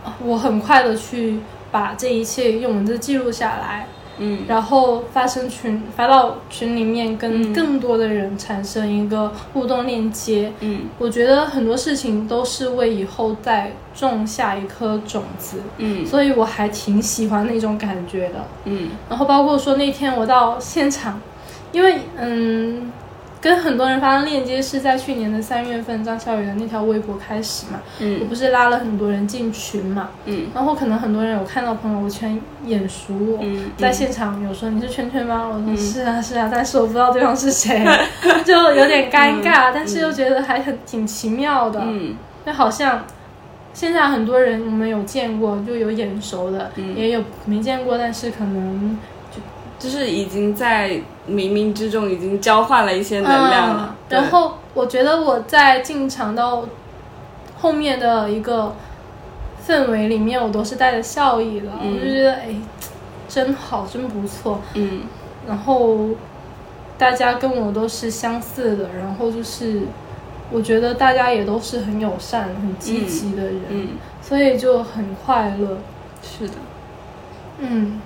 [SPEAKER 2] 呃我很快的去把这一切用文字记录下来，
[SPEAKER 3] 嗯
[SPEAKER 2] 然后发生群发到群里面，跟
[SPEAKER 3] 嗯
[SPEAKER 2] 更多的人产生一个互动链接。
[SPEAKER 3] 嗯
[SPEAKER 2] 我觉得很多事情都是为以后再种下一颗种子，
[SPEAKER 3] 嗯
[SPEAKER 2] 所以我还挺喜欢那种感觉的。
[SPEAKER 3] 嗯
[SPEAKER 2] 然后包括说那天我到现场，因为嗯，跟很多人发生链接是在去年的三月份张小雨的那条微博开始嘛，我
[SPEAKER 3] 嗯
[SPEAKER 2] 不是拉了很多人进群嘛，
[SPEAKER 3] 嗯
[SPEAKER 2] 然后可能很多人有看到朋友圈眼熟我，
[SPEAKER 3] 嗯
[SPEAKER 2] 在现场有说你是圈圈吗？我说是啊是啊，但是我不知道对方是谁， 就有点尴尬，但是又觉得还很挺奇妙的，
[SPEAKER 3] 嗯
[SPEAKER 2] 就好像现在很多人我们有见过，就有眼熟的，
[SPEAKER 3] 嗯
[SPEAKER 2] 也有没见过，但是可能
[SPEAKER 3] 就是已经在冥冥之中已经交换了一些能量了
[SPEAKER 2] 嗯，然后我觉得我在进场到后面的一个氛围里面，我都是带着笑意的，
[SPEAKER 3] 嗯
[SPEAKER 2] 我就觉得哎，真好，真不错。
[SPEAKER 3] 对嗯。
[SPEAKER 2] 然后大家跟我都是相似的，然后就是我觉得大家也都是很友善、很积极的人，
[SPEAKER 3] 嗯，
[SPEAKER 2] 所以就很快乐。
[SPEAKER 3] 是的，
[SPEAKER 2] 嗯，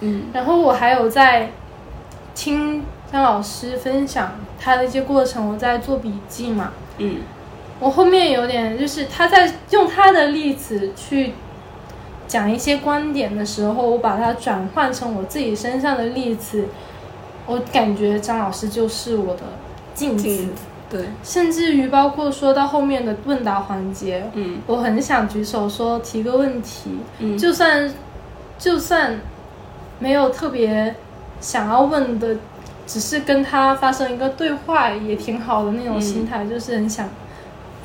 [SPEAKER 3] 嗯
[SPEAKER 2] 然后我还有在听张老师分享他的一些过程，我在做笔记嘛。
[SPEAKER 3] 嗯
[SPEAKER 2] 我后面有点就是他在用他的例子去讲一些观点的时候，我把它转换成我自己身上的例子，我感觉张老师就是我的镜子，
[SPEAKER 3] 镜子对，
[SPEAKER 2] 甚至于包括说到后面的问答环节，
[SPEAKER 3] 嗯
[SPEAKER 2] 我很想举手说提个问题，
[SPEAKER 3] 嗯
[SPEAKER 2] 就算就算没有特别想要问的只是跟他发生一个对话也挺好的那种心态，就是很想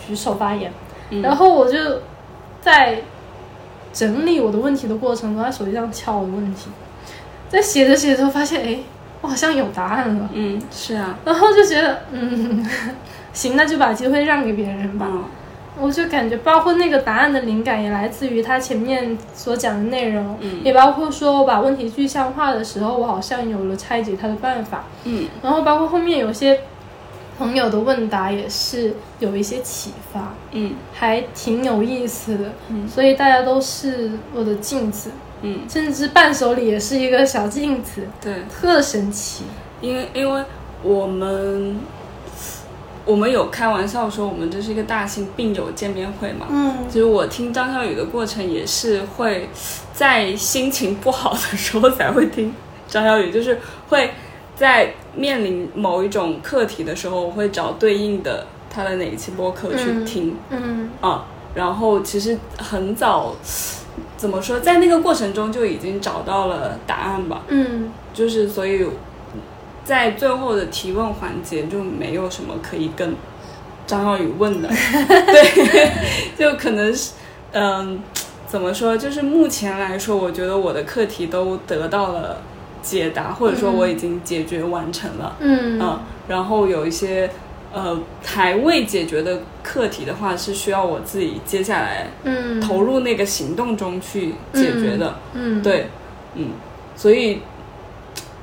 [SPEAKER 2] 举手发言。然后我就在整理我的问题的过程中，在手机上敲我的问题，在写着写着发现，哎，我好像有答案了，
[SPEAKER 3] 嗯，是啊，
[SPEAKER 2] 然后就觉得，嗯， 行，那就把机会让给别人吧。
[SPEAKER 3] 嗯
[SPEAKER 2] 我就感觉，包括那个答案的灵感也来自于他前面所讲的内容，
[SPEAKER 3] 嗯
[SPEAKER 2] 也包括说我把问题具象化的时候，我好像有了拆解它的办法。
[SPEAKER 3] 嗯
[SPEAKER 2] 然后包括后面有些朋友的问答也是有一些启发，
[SPEAKER 3] 嗯
[SPEAKER 2] 还挺有意思的。所以大家都是我的镜子，
[SPEAKER 3] 嗯，
[SPEAKER 2] 甚至伴手礼也是一个小镜子，
[SPEAKER 3] 对，
[SPEAKER 2] 特神奇。
[SPEAKER 3] 因为因为我们我们有开玩笑说我们这是一个大型病友见面会嘛。
[SPEAKER 2] 嗯
[SPEAKER 3] 其实我听张小雨的过程也是会在心情不好的时候才会听张小雨，就是会在面临某一种课题的时候，我会找对应的他的哪一期播客去
[SPEAKER 2] 嗯
[SPEAKER 3] 听。
[SPEAKER 2] 嗯
[SPEAKER 3] 啊，然后其实很早，怎么说，在那个过程中就已经找到了答案吧，
[SPEAKER 2] 嗯
[SPEAKER 3] 就是所以，在最后的提问环节就没有什么可以跟张浩宇 问的，对，就可能是，嗯，怎么说，就是目前来说，我觉得我的课题都得到了解答，或者说我已经解决完成了，
[SPEAKER 2] 嗯
[SPEAKER 3] 嗯，然后有一些呃还未解决的课题的话，是需要我自己接下来
[SPEAKER 2] 嗯，
[SPEAKER 3] 投入那个行动中去解决的。
[SPEAKER 2] 嗯，
[SPEAKER 3] 对，嗯，所以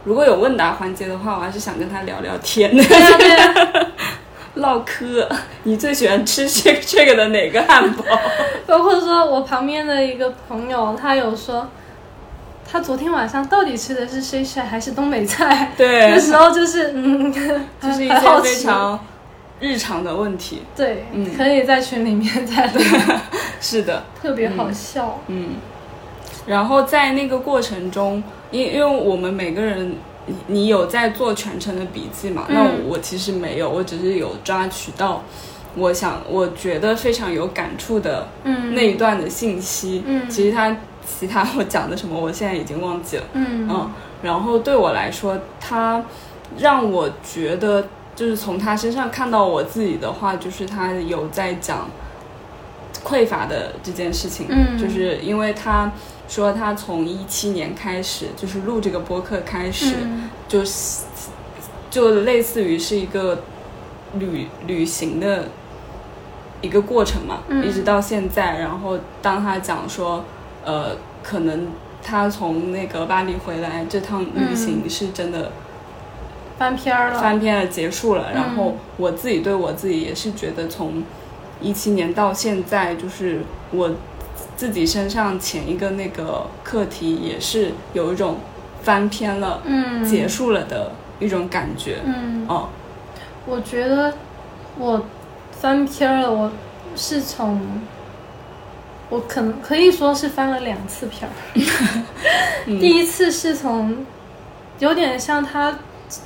[SPEAKER 3] 如果有问答环节的话，我还是想跟他聊聊天，
[SPEAKER 2] 对啊对啊。
[SPEAKER 3] 唠嗑。你最喜欢吃这个这个的哪个汉堡？
[SPEAKER 2] 包括说我旁边的一个朋友，他有说，他昨天晚上到底吃的是 s h 还是东北菜？
[SPEAKER 3] 对
[SPEAKER 2] 那，时候就是嗯，
[SPEAKER 3] 就是一
[SPEAKER 2] 很好
[SPEAKER 3] 些非
[SPEAKER 2] 奇
[SPEAKER 3] 常日常的问题。
[SPEAKER 2] 对，
[SPEAKER 3] 嗯
[SPEAKER 2] 可以在群里面再聊，
[SPEAKER 3] 是的。
[SPEAKER 2] 特别好笑。
[SPEAKER 3] 嗯，然后在那个过程中，因因为我们每个人，你你有在做全程的笔记嘛？
[SPEAKER 2] 嗯
[SPEAKER 3] 那我我其实没有，我只是有抓取到，我想我觉得非常有感触的
[SPEAKER 2] 嗯，
[SPEAKER 3] 那一段的信息。
[SPEAKER 2] 嗯
[SPEAKER 3] 其实他其他我讲的什么，我现在已经忘记了。
[SPEAKER 2] 嗯
[SPEAKER 3] 嗯，然后对我来说，他让我觉得就是从他身上看到我自己的话，就是他有在讲匮乏的这件事情，
[SPEAKER 2] 嗯
[SPEAKER 3] 就是因为他说他从一七年开始，就是录这个播客开始，
[SPEAKER 2] 嗯
[SPEAKER 3] 就是就类似于是一个旅旅行的一个过程嘛，
[SPEAKER 2] 嗯
[SPEAKER 3] 一直到现在。然后当他讲说，呃，可能他从那个巴黎回来这趟旅行是真的
[SPEAKER 2] 翻篇儿了，
[SPEAKER 3] 翻篇了，结束了。
[SPEAKER 2] 嗯
[SPEAKER 3] 然后我自己对我自己也是觉得，从一七年到现在，就是我自己身上前一个那个课题也是有一种翻篇了。
[SPEAKER 2] 嗯，
[SPEAKER 3] 结束了的一种感觉。
[SPEAKER 2] 嗯，
[SPEAKER 3] 哦，
[SPEAKER 2] 我觉得我翻篇儿了，我是从。我可能可以说是翻了两次篇儿，
[SPEAKER 3] 嗯
[SPEAKER 2] 第一次是从，有点像他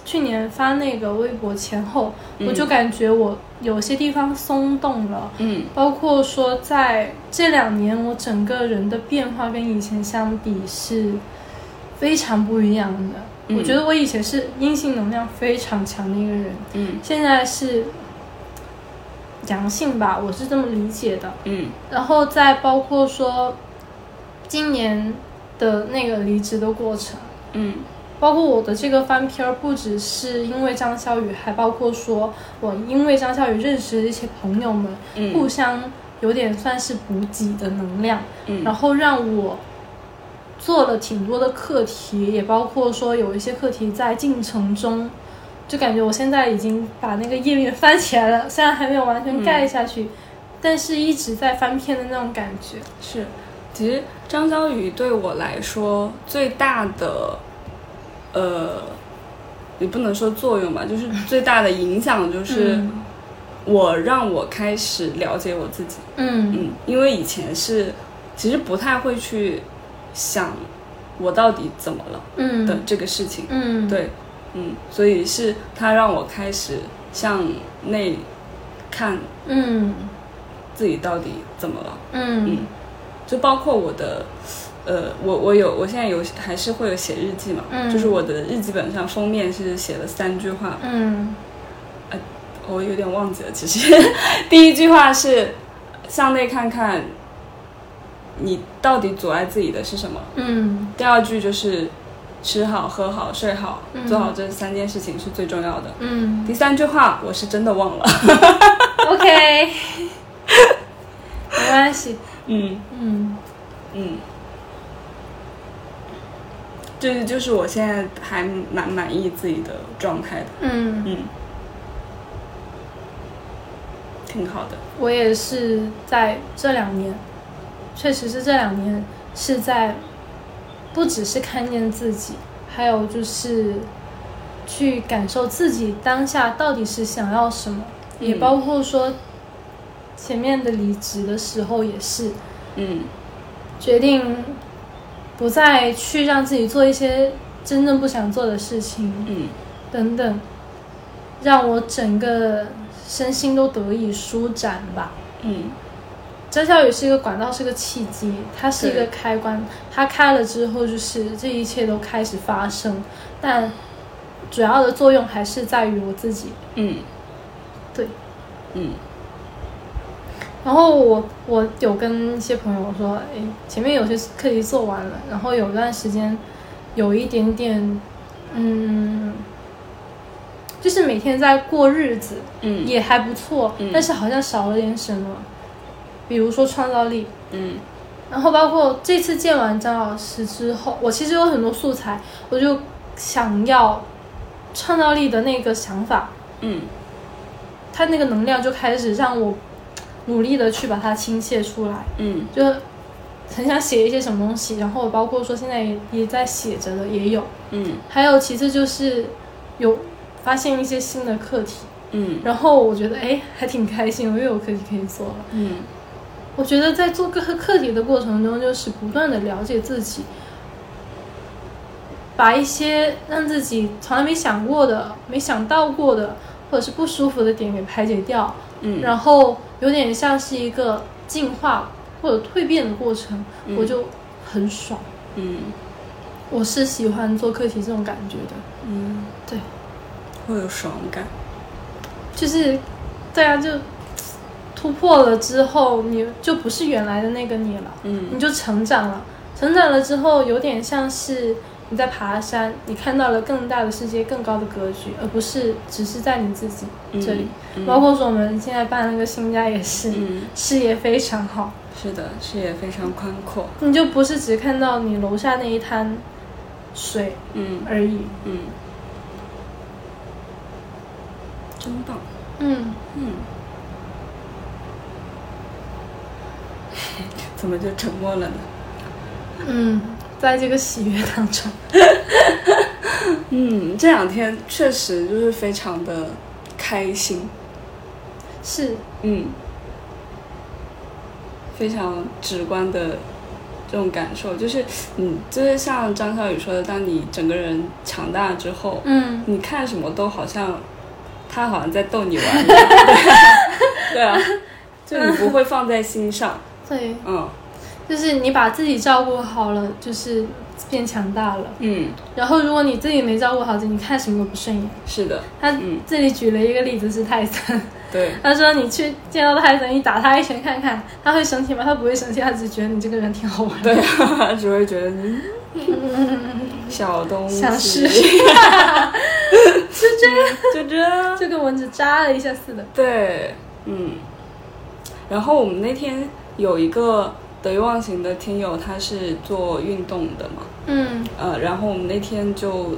[SPEAKER 2] 去年发那个微博前后，我就感觉我有些地方松动了，
[SPEAKER 3] 嗯
[SPEAKER 2] 包括说在这两年我整个人的变化跟以前相比是非常不一样的。
[SPEAKER 3] 嗯
[SPEAKER 2] 我觉得我以前是阴性能量非常强的一个人，
[SPEAKER 3] 嗯
[SPEAKER 2] 现在是阳性吧，我是这么理解的。
[SPEAKER 3] 嗯
[SPEAKER 2] 然后再包括说今年的那个离职的过程，
[SPEAKER 3] 嗯
[SPEAKER 2] 包括我的这个翻篇儿，不只是因为张小雨，还包括说我因为张小雨认识的一些朋友们，
[SPEAKER 3] 嗯
[SPEAKER 2] 互相有点算是补给的能量，
[SPEAKER 3] 嗯
[SPEAKER 2] 然后让我做了挺多的课题，也包括说有一些课题在进程中，就感觉我现在已经把那个页面翻起来了，虽然还没有完全盖下去，但是一直在翻篇的那种感觉。
[SPEAKER 3] 是。其实张小雨对我来说最大的，呃，也不能说作用吧，就是最大的影响 就是
[SPEAKER 2] 嗯
[SPEAKER 3] 我让我开始了解我自己。
[SPEAKER 2] 嗯
[SPEAKER 3] 嗯，因为以前是其实不太会去想我到底怎么了
[SPEAKER 2] 嗯
[SPEAKER 3] 的这个事情。
[SPEAKER 2] 嗯，
[SPEAKER 3] 对，嗯，所以是他让我开始向内看
[SPEAKER 2] 嗯
[SPEAKER 3] 自己到底怎么了，
[SPEAKER 2] 嗯
[SPEAKER 3] 就包括我的呃，我我有，我现在有还是会有写日记嘛，
[SPEAKER 2] 嗯
[SPEAKER 3] 就是我的日记本上封面是写了三句话，
[SPEAKER 2] 嗯
[SPEAKER 3] 我有点忘记了。其实 第一句话是向内看看，你到底阻碍自己的是什么？
[SPEAKER 2] 嗯
[SPEAKER 3] 第二句就是吃好、喝好、睡好，
[SPEAKER 2] 嗯
[SPEAKER 3] 做好这三件事情是最重要的。
[SPEAKER 2] 嗯
[SPEAKER 3] 第三句话我是真的忘了，
[SPEAKER 2] ，OK，没关系，
[SPEAKER 3] 嗯
[SPEAKER 2] 嗯
[SPEAKER 3] 嗯，这就是我现在还蛮满意自己的状态的，
[SPEAKER 2] 嗯，
[SPEAKER 3] 嗯，挺好的，
[SPEAKER 2] 我也是在这两年，确实是这两年是在，不只是看见自己，还有就是去感受自己当下到底是想要什么，也
[SPEAKER 3] 嗯
[SPEAKER 2] 包括说前面的离职的时候也是，
[SPEAKER 3] 嗯
[SPEAKER 2] 决定不再去让自己做一些真正不想做的事情
[SPEAKER 3] 嗯
[SPEAKER 2] 等等，让我整个身心都得以舒展吧。
[SPEAKER 3] 嗯
[SPEAKER 2] 张小雨是一个管道，是个契机，它是一个
[SPEAKER 3] 对
[SPEAKER 2] 开关。它开了之后，就是这一切都开始发生，但主要的作用还是在于我自己。
[SPEAKER 3] 嗯，
[SPEAKER 2] 对，
[SPEAKER 3] 嗯
[SPEAKER 2] 然后我我有跟一些朋友说，哎，前面有些课题做完了，然后有段时间有一点点，嗯，就是每天在过日子，
[SPEAKER 3] 嗯
[SPEAKER 2] 也还不错，
[SPEAKER 3] 嗯
[SPEAKER 2] 但是好像少了点什么，比如说创造力。
[SPEAKER 3] 嗯
[SPEAKER 2] 然后包括这次见完张老师之后，我其实有很多素材，我就想要创造力的那个想法，
[SPEAKER 3] 嗯
[SPEAKER 2] 他那个能量就开始让我努力的去把它倾泻出来，
[SPEAKER 3] 嗯
[SPEAKER 2] 就很想写一些什么东西，然后包括说现在也也在写着的也有，
[SPEAKER 3] 嗯
[SPEAKER 2] 还有其次就是有发现一些新的课题，
[SPEAKER 3] 嗯
[SPEAKER 2] 然后我觉得哎还挺开心，我又有课题可以做了。
[SPEAKER 3] 嗯
[SPEAKER 2] 我觉得在做各个课题的过程中，就是不断的了解自己，把一些让自己从来没想过的、没想到过的，或者是不舒服的点给排解掉，
[SPEAKER 3] 嗯，
[SPEAKER 2] 然后有点像是一个进化或者蜕变的过程，
[SPEAKER 3] 嗯
[SPEAKER 2] 我就很爽。
[SPEAKER 3] 嗯
[SPEAKER 2] 我是喜欢做课题这种感觉的，
[SPEAKER 3] 嗯
[SPEAKER 2] 对，
[SPEAKER 3] 会有爽感，
[SPEAKER 2] 就是对啊，就突破了之后，你就不是原来的那个你了。你
[SPEAKER 3] 嗯
[SPEAKER 2] 就成长了。成长了之后，有点像是你在爬山，你看到了更大的世界、更高的格局，而不是只是在你自己这里。
[SPEAKER 3] 嗯
[SPEAKER 2] 包括说我们现在办那个新家也是，
[SPEAKER 3] 嗯
[SPEAKER 2] 视野非常好，
[SPEAKER 3] 是的，视野非常宽阔，
[SPEAKER 2] 你就不是只看到你楼下那一滩水
[SPEAKER 3] 嗯
[SPEAKER 2] 而已。
[SPEAKER 3] 嗯，真棒，
[SPEAKER 2] 嗯，
[SPEAKER 3] 嗯。 怎么就沉默了呢？
[SPEAKER 2] 嗯，在这个喜悦当 中，
[SPEAKER 3] 嗯，这两天确实就是非常的开心，
[SPEAKER 2] 是
[SPEAKER 3] 嗯，非常直观的这种感受，就是嗯，就是像张小雨说的，当你整个人强大之后，
[SPEAKER 2] 嗯
[SPEAKER 3] 你看什么都好像他好像在逗你玩一样，对啊，对啊，就你不会放在心上，
[SPEAKER 2] 对，
[SPEAKER 3] 嗯
[SPEAKER 2] 就是你把自己照顾好了，就是变强大了。
[SPEAKER 3] 嗯，
[SPEAKER 2] 然后如果你自己没照顾好自己，你看什么都不顺眼。
[SPEAKER 3] 是的，
[SPEAKER 2] 他
[SPEAKER 3] 嗯
[SPEAKER 2] 这里举了一个例子是泰森，
[SPEAKER 3] 对，
[SPEAKER 2] 他说你去见到泰森，你打他一拳看看，他会生气吗？他不会生气，他只觉得你这个人挺好玩的。
[SPEAKER 3] 对 啊，只会觉得你小东西，
[SPEAKER 2] 想 试试
[SPEAKER 3] 就这，就这。
[SPEAKER 2] 就跟蚊子扎了一下似的。
[SPEAKER 3] 对，嗯。然后我们那天有一个得意忘形的听友，他是做运动的嘛，
[SPEAKER 2] 嗯
[SPEAKER 3] 呃，然后我们那天就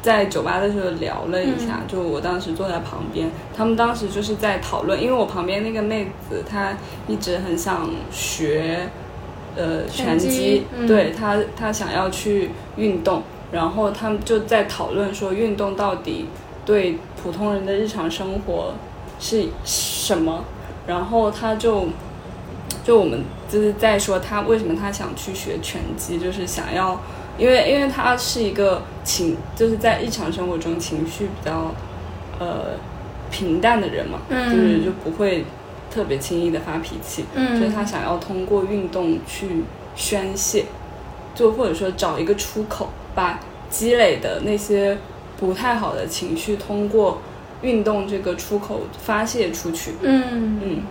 [SPEAKER 3] 在酒吧的时候聊了一
[SPEAKER 2] 嗯
[SPEAKER 3] 下，就我当时坐在旁边，他们当时就是在讨论，因为我旁边那个妹子她一直很想学，呃，拳
[SPEAKER 2] 拳击嗯
[SPEAKER 3] 对她她想要去运动，然后他们就在讨论说运动到底对普通人的日常生活是什么，然后她就。就我们就是在说她为什么她想去学拳击，就是想要因为因为他是一个情，就是在日常生活中情绪比较呃平淡的人嘛，
[SPEAKER 2] 嗯
[SPEAKER 3] 就是就不会特别轻易的发脾气，所以
[SPEAKER 2] 嗯
[SPEAKER 3] 他想要通过运动去宣泄。就或者说找一个出口，把积累的那些不太好的情绪通过运动这个出口发泄出去，
[SPEAKER 2] 嗯
[SPEAKER 3] 嗯，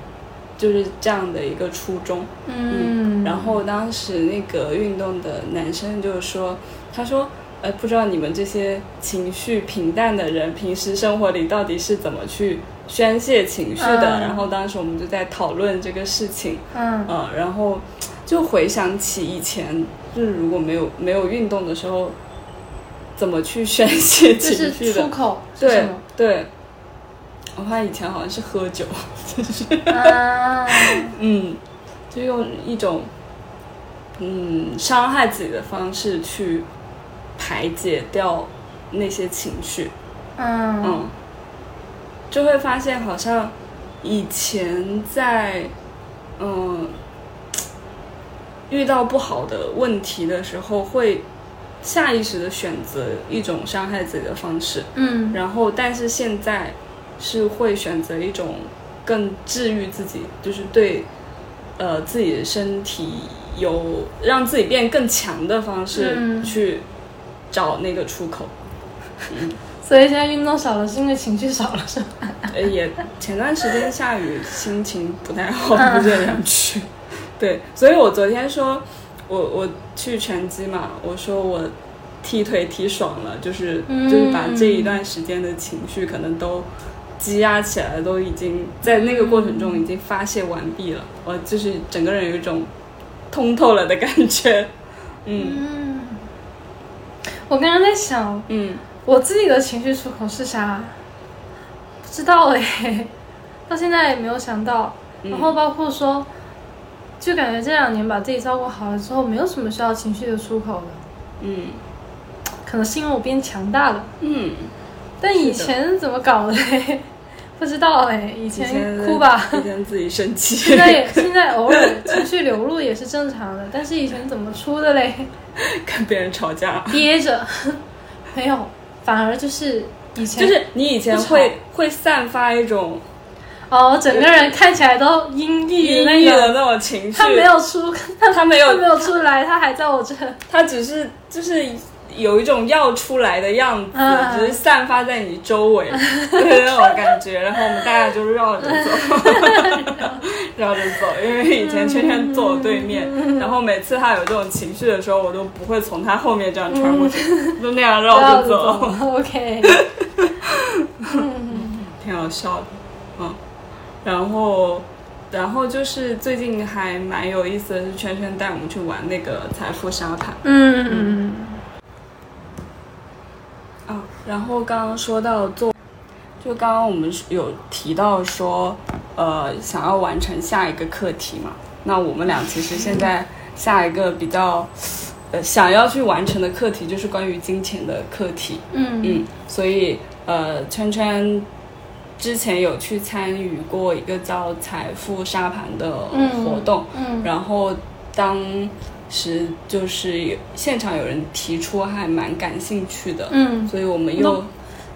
[SPEAKER 3] 就是这样的一个初衷。
[SPEAKER 2] 嗯，
[SPEAKER 3] 然后当时那个运动的男生就说，他说，呃，不知道你们这些情绪平淡的人，平时生活里到底是怎么去宣泄情绪的？
[SPEAKER 2] 嗯
[SPEAKER 3] 然后当时我们就在讨论这个事情，
[SPEAKER 2] 嗯
[SPEAKER 3] 嗯、然后就回想起以前，就是如果没有没有运动的时候，怎么去宣泄
[SPEAKER 2] 就
[SPEAKER 3] 情
[SPEAKER 2] 是
[SPEAKER 3] 绪
[SPEAKER 2] 出
[SPEAKER 3] 的？
[SPEAKER 2] 口是什
[SPEAKER 3] 对
[SPEAKER 2] 么
[SPEAKER 3] 对，我发现以前好像是喝酒，就是。
[SPEAKER 2] 啊，
[SPEAKER 3] 嗯，就用一种嗯伤害自己的方式去排解掉那些情绪，
[SPEAKER 2] 嗯
[SPEAKER 3] 嗯，就会发现好像以前在嗯遇到不好的问题的时候，会下意识的选择一种伤害自己的方式，
[SPEAKER 2] 嗯
[SPEAKER 3] 然后，但是现在是会选择一种更治愈自己，就是对呃自己的身体有让自己变更强的方式
[SPEAKER 2] 嗯
[SPEAKER 3] 去找那个出口。
[SPEAKER 2] 所以现在运动少了是因为情绪少了是吧？
[SPEAKER 3] 呃，也前段时间下雨，心情不太好，不是很
[SPEAKER 2] 嗯
[SPEAKER 3] 想去。对，所以我昨天说，我我去拳击嘛，我说我踢腿踢爽了，就是、
[SPEAKER 2] 嗯
[SPEAKER 3] 就是把这一段时间的情绪可能都积压起来，都已经在那个过程中已经发泄完毕了，我就是整个人有一种通透了的感觉。嗯
[SPEAKER 2] 嗯，我刚刚在想，
[SPEAKER 3] 嗯，
[SPEAKER 2] 我自己的情绪出口是啥？不知道哎，到现在也没有想到。
[SPEAKER 3] 嗯
[SPEAKER 2] 然后包括说，就感觉这两年把自己照顾好了之后，没有什么需要情绪的出口了。
[SPEAKER 3] 嗯
[SPEAKER 2] 可能是因为我变强大了，
[SPEAKER 3] 嗯，
[SPEAKER 2] 但以前怎么搞的 嘞？不知道哎，以
[SPEAKER 3] 以前
[SPEAKER 2] 前哭吧，
[SPEAKER 3] 以前自己生气，
[SPEAKER 2] 现在也现在偶尔情绪流露也是正常的，但是以前怎么出的嘞？
[SPEAKER 3] 跟别人吵架。
[SPEAKER 2] 憋着， 没有，反而就是以前
[SPEAKER 3] 就是你以前
[SPEAKER 2] 不吵
[SPEAKER 3] 会会散发一种
[SPEAKER 2] 哦，整个人看起来都阴郁
[SPEAKER 3] 阴
[SPEAKER 2] 那
[SPEAKER 3] 郁的
[SPEAKER 2] 个。
[SPEAKER 3] 那种情绪，
[SPEAKER 2] 他没，有出，他
[SPEAKER 3] 他没有
[SPEAKER 2] 他没有出来，他还在我这。
[SPEAKER 3] 他只是就是有一种要出来的样子，
[SPEAKER 2] 嗯
[SPEAKER 3] 只是散发在你周 围对那种感觉。然后我们大家就绕着走，绕着走，因为以前圈圈坐我对面，
[SPEAKER 2] 嗯
[SPEAKER 3] 然后每次他有这种情绪的时候，我都不会从他后面这样穿过去，就那样绕
[SPEAKER 2] 嗯绕着
[SPEAKER 3] 着走，
[SPEAKER 2] 走 OK，
[SPEAKER 3] 挺好笑的，嗯，然后。然后就是最近还蛮有意思的是，圈圈带我们去玩那个财富沙盘，
[SPEAKER 2] 嗯
[SPEAKER 3] 啊，然后刚刚说到做，就刚刚我们是有提到说，呃，想要完成下一个课题嘛。那我们俩其实现在下一个比较，呃，想要去完成的课题就是关于金钱的课题。
[SPEAKER 2] 嗯
[SPEAKER 3] 嗯，所以呃，圈圈之前有去参与过一个叫“财富沙盘”的
[SPEAKER 2] 嗯
[SPEAKER 3] 活动，
[SPEAKER 2] 嗯
[SPEAKER 3] 然后当时就是有现场有人提出还蛮感兴趣的，
[SPEAKER 2] 嗯，
[SPEAKER 3] 所以我们又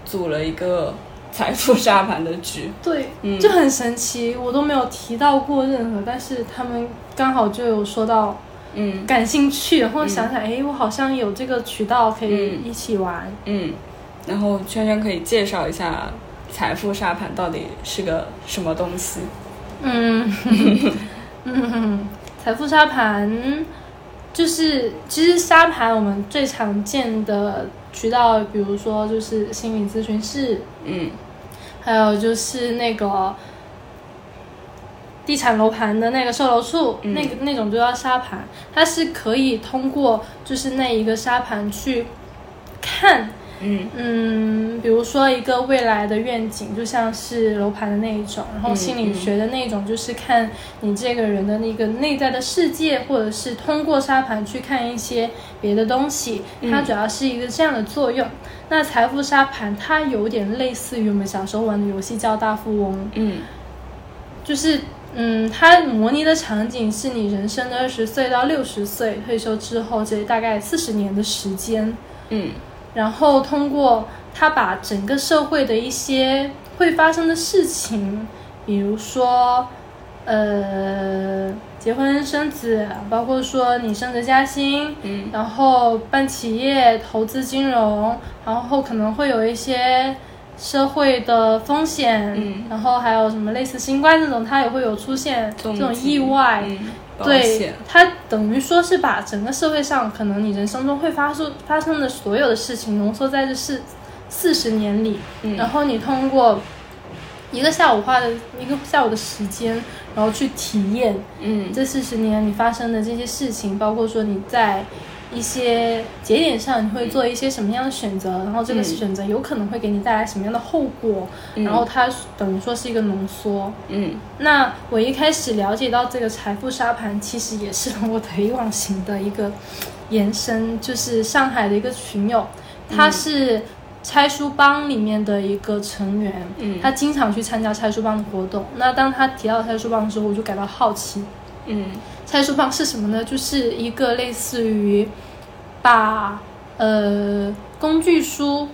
[SPEAKER 3] 组了一个财富沙盘的局。
[SPEAKER 2] 对，
[SPEAKER 3] 嗯，
[SPEAKER 2] 就很神奇，我都没有提到过任何，但是他们刚好就有说到
[SPEAKER 3] 嗯
[SPEAKER 2] 感兴趣，然后想想，哎，我好像有这个渠道可以一起玩。
[SPEAKER 3] 嗯，然后圈圈可以介绍一下财富沙盘到底是个什么东西？
[SPEAKER 2] 嗯，嗯，财富沙盘就是，其实沙盘我们最常见的渠道，比如说就是心理咨询室，
[SPEAKER 3] 嗯
[SPEAKER 2] 还有就是那个地产楼盘的那个售楼处，
[SPEAKER 3] 嗯
[SPEAKER 2] 那个那种就叫沙盘，它是可以通过就是那一个沙盘去看
[SPEAKER 3] 嗯
[SPEAKER 2] 嗯，比如说一个未来的愿景，就像是楼盘的那一种，然后
[SPEAKER 3] 嗯
[SPEAKER 2] 心理学的那一种，就是看你这个人的那个内在的世界，或者是通过沙盘去看一些别的东西，它
[SPEAKER 3] 嗯
[SPEAKER 2] 主要是一个这样的作用。那财富沙盘它有点类似于我们小时候玩的游戏叫大富翁，
[SPEAKER 3] 嗯
[SPEAKER 2] 就是嗯，它模拟的场景是你人生的二十岁到六十岁退休之后这大概四十年的时间。
[SPEAKER 3] 嗯
[SPEAKER 2] 然后通过他把整个社会的一些会发生的事情，比如说，呃，结婚生子，啊包括说你升职加薪，
[SPEAKER 3] 嗯
[SPEAKER 2] 然后办企业、投资金融，然后可能会有一些社会的风险，
[SPEAKER 3] 嗯
[SPEAKER 2] 然后还有什么类似新冠这种，它也会有出现这种意外。
[SPEAKER 3] 嗯、保
[SPEAKER 2] 对
[SPEAKER 3] 险，
[SPEAKER 2] 它等于说是把整个社会上可能你人生中会发生发生的所有的事情浓缩在这四四十年里，
[SPEAKER 3] 嗯
[SPEAKER 2] 然后你通过一个下午花的一个下午的时间，然后去体验
[SPEAKER 3] 嗯
[SPEAKER 2] 这四十年你发生的这些事情，包括说你在一些节点上你会做一些什么样的选择，然后这个
[SPEAKER 3] 嗯
[SPEAKER 2] 选择有可能会给你带来什么样的后果，
[SPEAKER 3] 嗯
[SPEAKER 2] 然后它等于说是一个浓缩。
[SPEAKER 3] 嗯
[SPEAKER 2] 那我一开始了解到这个财富沙盘，其实也是我的以往行的一个延伸，就是上海的一个群友，他是拆书帮里面的一个成员，
[SPEAKER 3] 嗯
[SPEAKER 2] 他经常去参加拆书帮的活动。那当他提到拆书帮的时候，我就感到好奇，
[SPEAKER 3] 嗯
[SPEAKER 2] 拆书帮是什么呢？就是一个类似于把呃工具书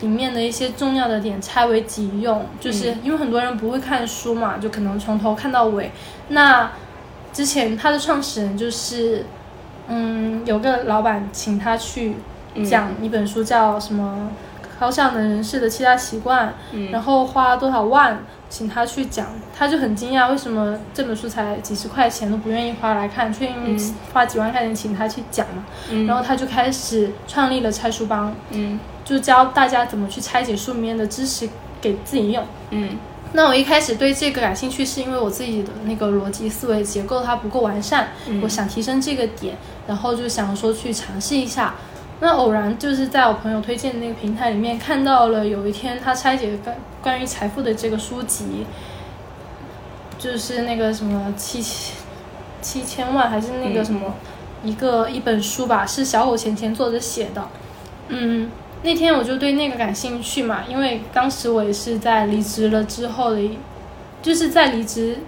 [SPEAKER 2] 里面的一些重要的点拆为己用，就是
[SPEAKER 3] 嗯
[SPEAKER 2] 因为很多人不会看书嘛，就可能从头看到尾。那之前他的创始人就是，嗯，有个老板请他去讲
[SPEAKER 3] 嗯
[SPEAKER 2] 一本书，叫什么《高效能人士的七大习惯》，
[SPEAKER 3] 嗯
[SPEAKER 2] 然后花多少万请他去讲，他就很惊讶，为什么这本书才几十块钱都不愿意花来看，却愿意
[SPEAKER 3] 嗯
[SPEAKER 2] 花几万块钱请他去讲嘛？
[SPEAKER 3] 嗯
[SPEAKER 2] 然后他就开始创立了拆书帮，
[SPEAKER 3] 嗯
[SPEAKER 2] 就教大家怎么去拆解书里面的知识给自己用。
[SPEAKER 3] 嗯
[SPEAKER 2] 那我一开始对这个感兴趣，是因为我自己的那个逻辑思维结构它不够完善，我想提升这个点，然后就想说去尝试一下。那偶然就是在我朋友推荐的那个平台里面看到了，有一天他拆解关关于财富的这个书籍，就是那个什么七千七千万还是那
[SPEAKER 3] 嗯
[SPEAKER 2] 个什么、一个一本书吧，是小狗钱钱作者写的。嗯，那天我就对那个感兴趣嘛，因为当时我也是在离职了之后的一，就是在离职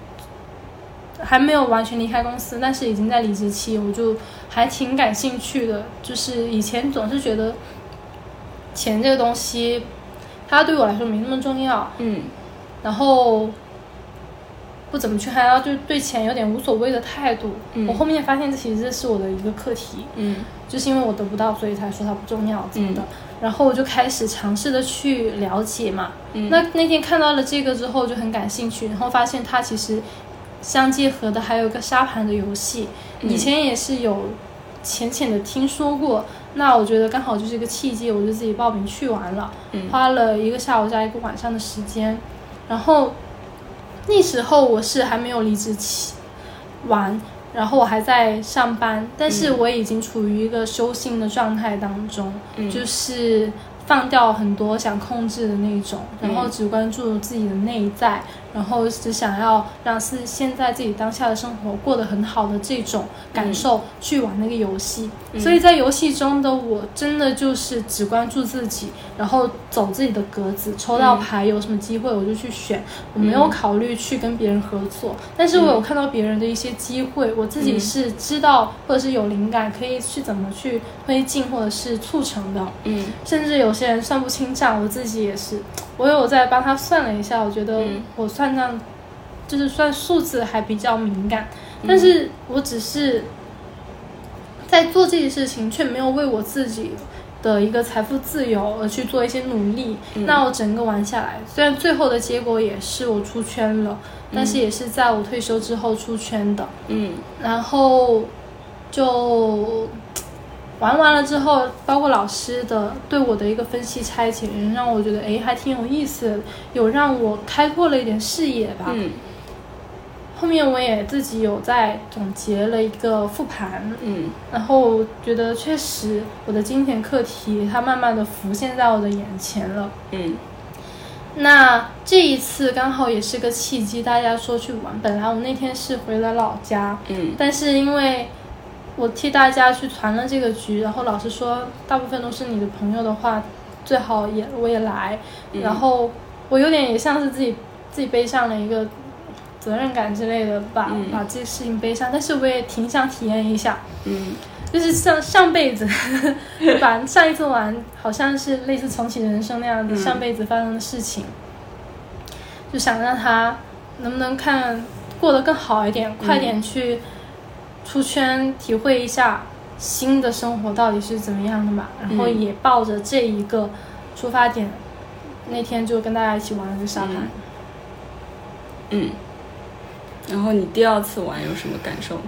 [SPEAKER 2] 还没有完全离开公司，但是已经在离职期，我就还挺感兴趣的。就是以前总是觉得钱这个东西，它对我来说没那么重要，
[SPEAKER 3] 嗯
[SPEAKER 2] 然后不怎么去看，然后就对钱有点无所谓的态度。
[SPEAKER 3] 嗯
[SPEAKER 2] 我后面发现，这其实这是我的一个课题，
[SPEAKER 3] 嗯
[SPEAKER 2] 就是因为我得不到，所以才说它不重要怎么的。
[SPEAKER 3] 嗯
[SPEAKER 2] 然后我就开始尝试的去了解嘛。
[SPEAKER 3] 嗯
[SPEAKER 2] 那那天看到了这个之后就很感兴趣，然后发现它其实相结合的还有一个沙盘的游戏，
[SPEAKER 3] 嗯
[SPEAKER 2] 以前也是有浅浅的听说过。那我觉得刚好就是一个契机，我就自己报名去玩了，
[SPEAKER 3] 嗯
[SPEAKER 2] 花了一个下午加一个晚上的时间。然后那时候我是还没有离职期完，然后我还在上班，但是我已经处于一个修行的状态当中，
[SPEAKER 3] 嗯
[SPEAKER 2] 就是放掉很多想控制的那种，然后
[SPEAKER 3] 嗯
[SPEAKER 2] 只关注自己的内在，然后只想要让是现在自己当下的生活过得很好的这种感受去玩那个游戏。所以在游戏中的我，真的就是只关注自己，然后走自己的格子，抽到牌有什么机会我就去选，我没有考虑去跟别人合作，但是我有看到别人的一些机会，我自己是知道或者是有灵感可以去怎么去推进或者是促成的。
[SPEAKER 3] 嗯
[SPEAKER 2] 甚至有些人算不清账，我自己也是，我有在帮他算了一下，我觉得
[SPEAKER 3] 嗯
[SPEAKER 2] 我算账、就是算数字还比较敏感，
[SPEAKER 3] 嗯
[SPEAKER 2] 但是我只是在做这些事情，却没有为我自己的一个财富自由而去做一些努力。那我整个玩下来，虽然最后的结果也是我出圈了，但是也是在我退休之后出圈的。
[SPEAKER 3] 嗯
[SPEAKER 2] 然后就玩完了之后，包括老师的对我的一个分析拆解，让我觉得诶还挺有意思的，有让我开阔了一点视野吧。
[SPEAKER 3] 嗯
[SPEAKER 2] 后面我也自己有在总结了一个复盘，
[SPEAKER 3] 嗯
[SPEAKER 2] 然后觉得确实我的金钱课题它慢慢的浮现在我的眼前了。
[SPEAKER 3] 嗯
[SPEAKER 2] 那这一次刚好也是个契机，大家说去玩。本来我那天是回了老家，
[SPEAKER 3] 嗯
[SPEAKER 2] 但是因为我替大家去传了这个局，然后老师说大部分都是你的朋友的话，最好也我也来，然后我有点也像是自己自己背上了一个责任感之类的，把、
[SPEAKER 3] 嗯
[SPEAKER 2] 把这个事情背上，但是我也挺想体验一下，
[SPEAKER 3] 嗯
[SPEAKER 2] 就是上上辈 子把上一次玩好像是类似重启人生那样子，
[SPEAKER 3] 嗯
[SPEAKER 2] 上辈子发生的事情，就想让他能不能看过得更好一点，快
[SPEAKER 3] 嗯
[SPEAKER 2] 点去出圈，体会一下新的生活到底是怎么样的吧。然后
[SPEAKER 3] 嗯
[SPEAKER 2] 也抱着这一个出发点，那天就跟大家一起玩了个沙盘。
[SPEAKER 3] 嗯。然后你第二次玩有什么感受吗？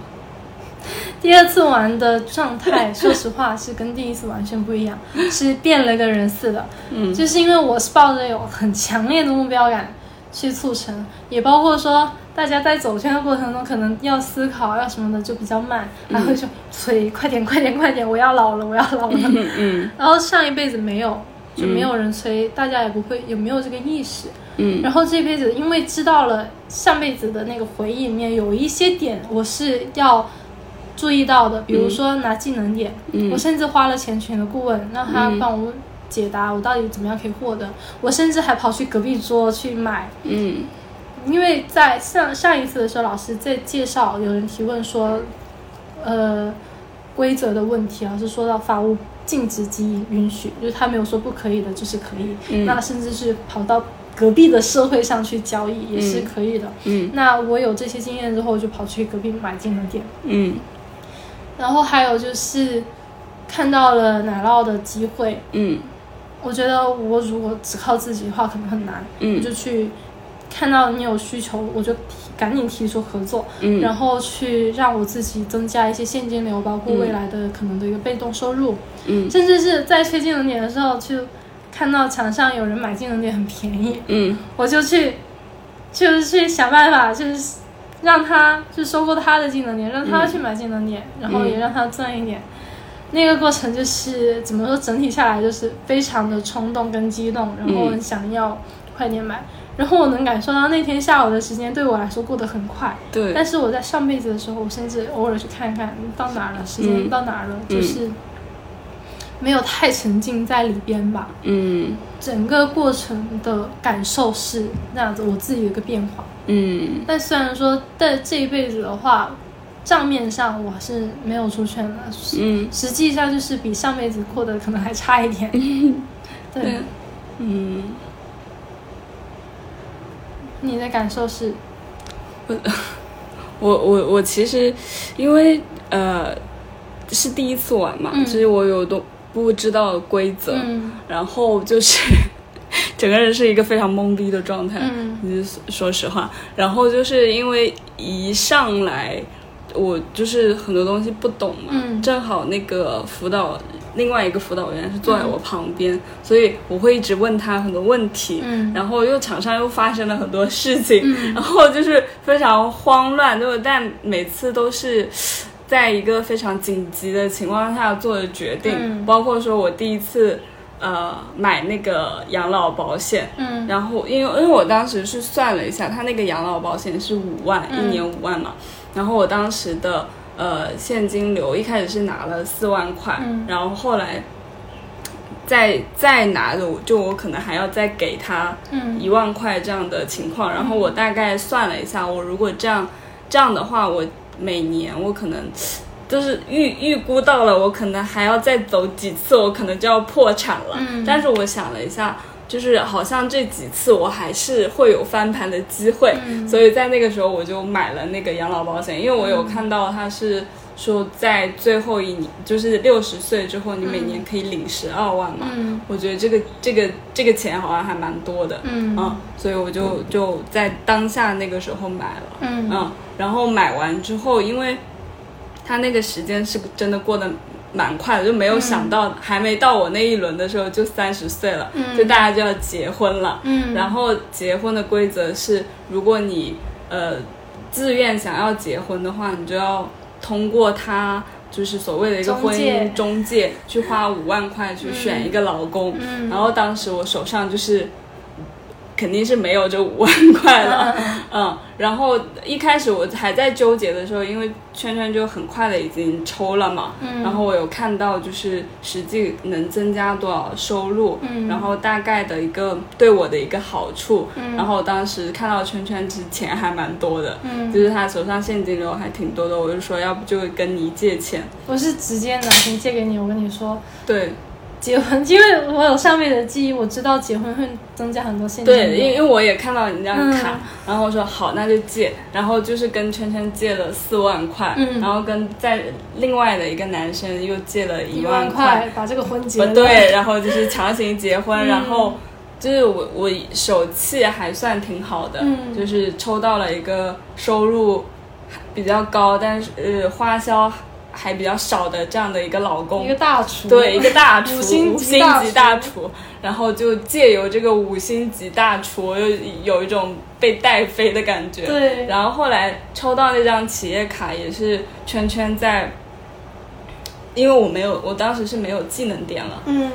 [SPEAKER 2] 第二次玩的状 态，说实话是跟第一次完全不一样，是变了个人似的。
[SPEAKER 3] 嗯
[SPEAKER 2] 就是因为我是抱着有很强烈的目标感去促成，也包括说大家在走圈的过程中，可能要思考要什么的就比较慢，
[SPEAKER 3] 嗯
[SPEAKER 2] 还会说催快点快点快点，我要老了我要老了。
[SPEAKER 3] 嗯
[SPEAKER 2] 然后上一辈子没有，就没有人催，大家也不会也没有这个意识。
[SPEAKER 3] 嗯
[SPEAKER 2] 然后这辈子因为知道了上辈子的那个回忆里面有一些点我是要注意到的，比如说拿技能点，
[SPEAKER 3] 嗯
[SPEAKER 2] 我甚至花了钱请了顾问，让他
[SPEAKER 3] 嗯
[SPEAKER 2] 帮我解答我到底怎么样可以获得，我甚至还跑去隔壁桌去买。
[SPEAKER 3] 嗯
[SPEAKER 2] 因为在上上一次的时候，老师在介绍，有人提问说，呃，规则的问题，老师说到法务禁止及允许，就是他没有说不可以的，就是可以。
[SPEAKER 3] 嗯
[SPEAKER 2] 那甚至是跑到隔壁的社会上去交易也是可以的。
[SPEAKER 3] 嗯
[SPEAKER 2] 那我有这些经验之后，我就跑去隔壁买技能点。
[SPEAKER 3] 嗯
[SPEAKER 2] 然后还有就是看到了奶酪的机会，
[SPEAKER 3] 嗯
[SPEAKER 2] 我觉得我如果只靠自己的话，可能很难。我
[SPEAKER 3] 嗯
[SPEAKER 2] 就去看到你有需求，我就提赶紧提出合作，
[SPEAKER 3] 嗯，
[SPEAKER 2] 然后去让我自己增加一些现金流，包括未来的可能的一个被动收入，
[SPEAKER 3] 嗯
[SPEAKER 2] 甚至是在推技能点的时候，就看到场上有人买技能点很便宜，
[SPEAKER 3] 嗯
[SPEAKER 2] 我就去就是去想办法，就是让他就收购他的技能点，让他去买技能点，
[SPEAKER 3] 嗯
[SPEAKER 2] 然后也让他赚一点。那个过程就是怎么说，整体下来就是非常的冲动跟激动，然后
[SPEAKER 3] 嗯
[SPEAKER 2] 想要快点买。然后我能感受到那天下午的时间对我来说过得很快，
[SPEAKER 3] 对，
[SPEAKER 2] 但是我在上辈子的时候，我甚至偶尔去看看到哪儿了，时间
[SPEAKER 3] 嗯
[SPEAKER 2] 到哪儿了，
[SPEAKER 3] 嗯
[SPEAKER 2] 就是没有太沉浸在里边吧。
[SPEAKER 3] 嗯
[SPEAKER 2] 整个过程的感受是那样子，我自己的一个变化。
[SPEAKER 3] 嗯
[SPEAKER 2] 但虽然说在这一辈子的话，账面上我是没有出圈的，
[SPEAKER 3] 嗯
[SPEAKER 2] 实际上就是比上辈子过得可能还差一点。对
[SPEAKER 3] 对，嗯。
[SPEAKER 2] 你的感受是，
[SPEAKER 3] 我我我其实因为呃是第一次玩嘛，
[SPEAKER 2] 嗯
[SPEAKER 3] 所以我有都不知道规则，
[SPEAKER 2] 嗯
[SPEAKER 3] 然后就是 整个人是一个非常懵逼的状态。
[SPEAKER 2] 嗯
[SPEAKER 3] 你说实话，然后就是因为一上来我就是很多东西不懂嘛，
[SPEAKER 2] 嗯
[SPEAKER 3] 正好那个辅导另外一个辅导员是坐在我旁边，所以我会一直问他很多问题，
[SPEAKER 2] 嗯
[SPEAKER 3] 然后又场上又发生了很多事情，
[SPEAKER 2] 嗯
[SPEAKER 3] 然后就是非常慌乱，就是但每次都是。在一个非常紧急的情况下做的决定，
[SPEAKER 2] 嗯
[SPEAKER 3] 包括说我第一次呃买那个养老保险，
[SPEAKER 2] 嗯
[SPEAKER 3] 然后因为因为我当时是算了一下，他那个养老保险是五万，
[SPEAKER 2] 嗯
[SPEAKER 3] 一年五万嘛。然后我当时的呃现金流一开始是拿了四万块，
[SPEAKER 2] 嗯
[SPEAKER 3] 然后后来再再拿的，就我可能还要再给他
[SPEAKER 2] 嗯
[SPEAKER 3] 一万块这样的情况。然后我大概算了一下，我如果这样这样的话，我每年我可能。就是预预估到了，我可能还要再走几次，我可能就要破产了。
[SPEAKER 2] 嗯
[SPEAKER 3] 但是我想了一下，就是好像这几次我还是会有翻盘的机会，
[SPEAKER 2] 嗯
[SPEAKER 3] 所以在那个时候我就买了那个养老保险，因为我有看到它是说在最后一年，就是六十岁之后，你每年可以领十二万嘛。
[SPEAKER 2] 嗯
[SPEAKER 3] 我觉得这个这个这个钱好像还蛮多的，
[SPEAKER 2] 嗯
[SPEAKER 3] 啊，所以我就就在当下那个时候买了，
[SPEAKER 2] 嗯
[SPEAKER 3] 嗯，然后买完之后，因为他那个时间是真的过得蛮快的，就没有想到、还没到我那一轮的时候就三十岁了，
[SPEAKER 2] 嗯
[SPEAKER 3] 就大家就要结婚了。
[SPEAKER 2] 嗯，
[SPEAKER 3] 然后结婚的规则是，如果你呃自愿想要结婚的话，你就要通过他就是所谓的一个
[SPEAKER 2] 中
[SPEAKER 3] 婚
[SPEAKER 2] 介
[SPEAKER 3] 姻中介去花五万块去选一个老公。
[SPEAKER 2] 嗯
[SPEAKER 3] 然后当时我手上就是肯定是没有这五万块了， 嗯，然后一开始我还在纠结的时候，因为圈圈就很快的已经抽了嘛，
[SPEAKER 2] 嗯
[SPEAKER 3] 然后我有看到就是实际能增加多少收入，
[SPEAKER 2] 嗯
[SPEAKER 3] 然后大概的一个对我的一个好处，
[SPEAKER 2] 嗯
[SPEAKER 3] 然后我当时看到圈圈之前还蛮多的，
[SPEAKER 2] 嗯
[SPEAKER 3] 就，是他手上现金流还挺多的，我就说要不就跟你借钱，
[SPEAKER 2] 我是直接拿钱借给你，我跟你说，
[SPEAKER 3] 对，
[SPEAKER 2] 结婚，因为我有上面的记忆，我知道结婚会增加很多现金流。
[SPEAKER 3] 对，因因为我也看到你这样卡，
[SPEAKER 2] 嗯
[SPEAKER 3] 然后我说好，那就借，然后就是跟圈圈借了四万块，
[SPEAKER 2] 嗯
[SPEAKER 3] 然后跟在另外的一个男生又借了一
[SPEAKER 2] 一
[SPEAKER 3] 万
[SPEAKER 2] 万块把这个婚结
[SPEAKER 3] 不
[SPEAKER 2] 了。
[SPEAKER 3] 哦呃
[SPEAKER 2] 嗯
[SPEAKER 3] 对， 然后就是强行结婚，然后就是我我手气还算挺好的，
[SPEAKER 2] 嗯
[SPEAKER 3] 就是抽到了一个收入比较高，但是呃花销还比较少的这样的一个老公，
[SPEAKER 2] 一个大厨。
[SPEAKER 3] 对，一个大厨，
[SPEAKER 2] 五星
[SPEAKER 3] 五
[SPEAKER 2] 级大
[SPEAKER 3] 级大
[SPEAKER 2] 厨
[SPEAKER 3] 厨，然后就借由这个五星级大厨，又有一种被带飞的感觉。
[SPEAKER 2] 对
[SPEAKER 3] 然后后来抽到那张企业卡，也是圈圈在，因为我没有，我当时是没有技能点了，
[SPEAKER 2] 嗯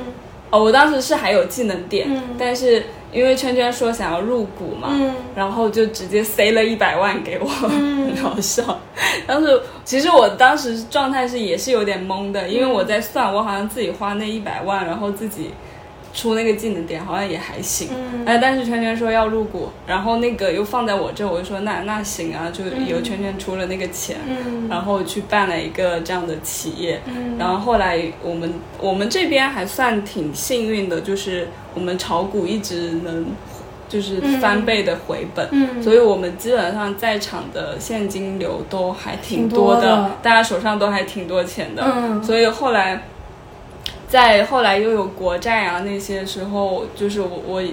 [SPEAKER 3] 哦，我当时是还有技能点，
[SPEAKER 2] 嗯
[SPEAKER 3] 但是因为圈圈说想要入股嘛，
[SPEAKER 2] 嗯
[SPEAKER 3] 然后就直接塞了一百万给我，
[SPEAKER 2] 嗯
[SPEAKER 3] 很搞笑。当时其实我当时状态是也是有点懵的，
[SPEAKER 2] 嗯
[SPEAKER 3] 因为我在算，我好像自己花那一百万，然后自己出那个技能点好像也还行。
[SPEAKER 2] 嗯
[SPEAKER 3] 哎，但是圈圈说要入股，然后那个又放在我这，我就说那那行啊，就由圈圈出了那个钱，
[SPEAKER 2] 嗯
[SPEAKER 3] 然后去办了一个这样的企业。
[SPEAKER 2] 嗯
[SPEAKER 3] 然后后来我们我们这边还算挺幸运的，就是我们炒股一直能就是翻倍的回本，
[SPEAKER 2] 嗯
[SPEAKER 3] 所以我们基本上在场的现金流都还挺多
[SPEAKER 2] 挺多的
[SPEAKER 3] 大家手上都还挺多钱的，
[SPEAKER 2] 嗯
[SPEAKER 3] 所以后来。在后来又有国债啊那些时候，就是我我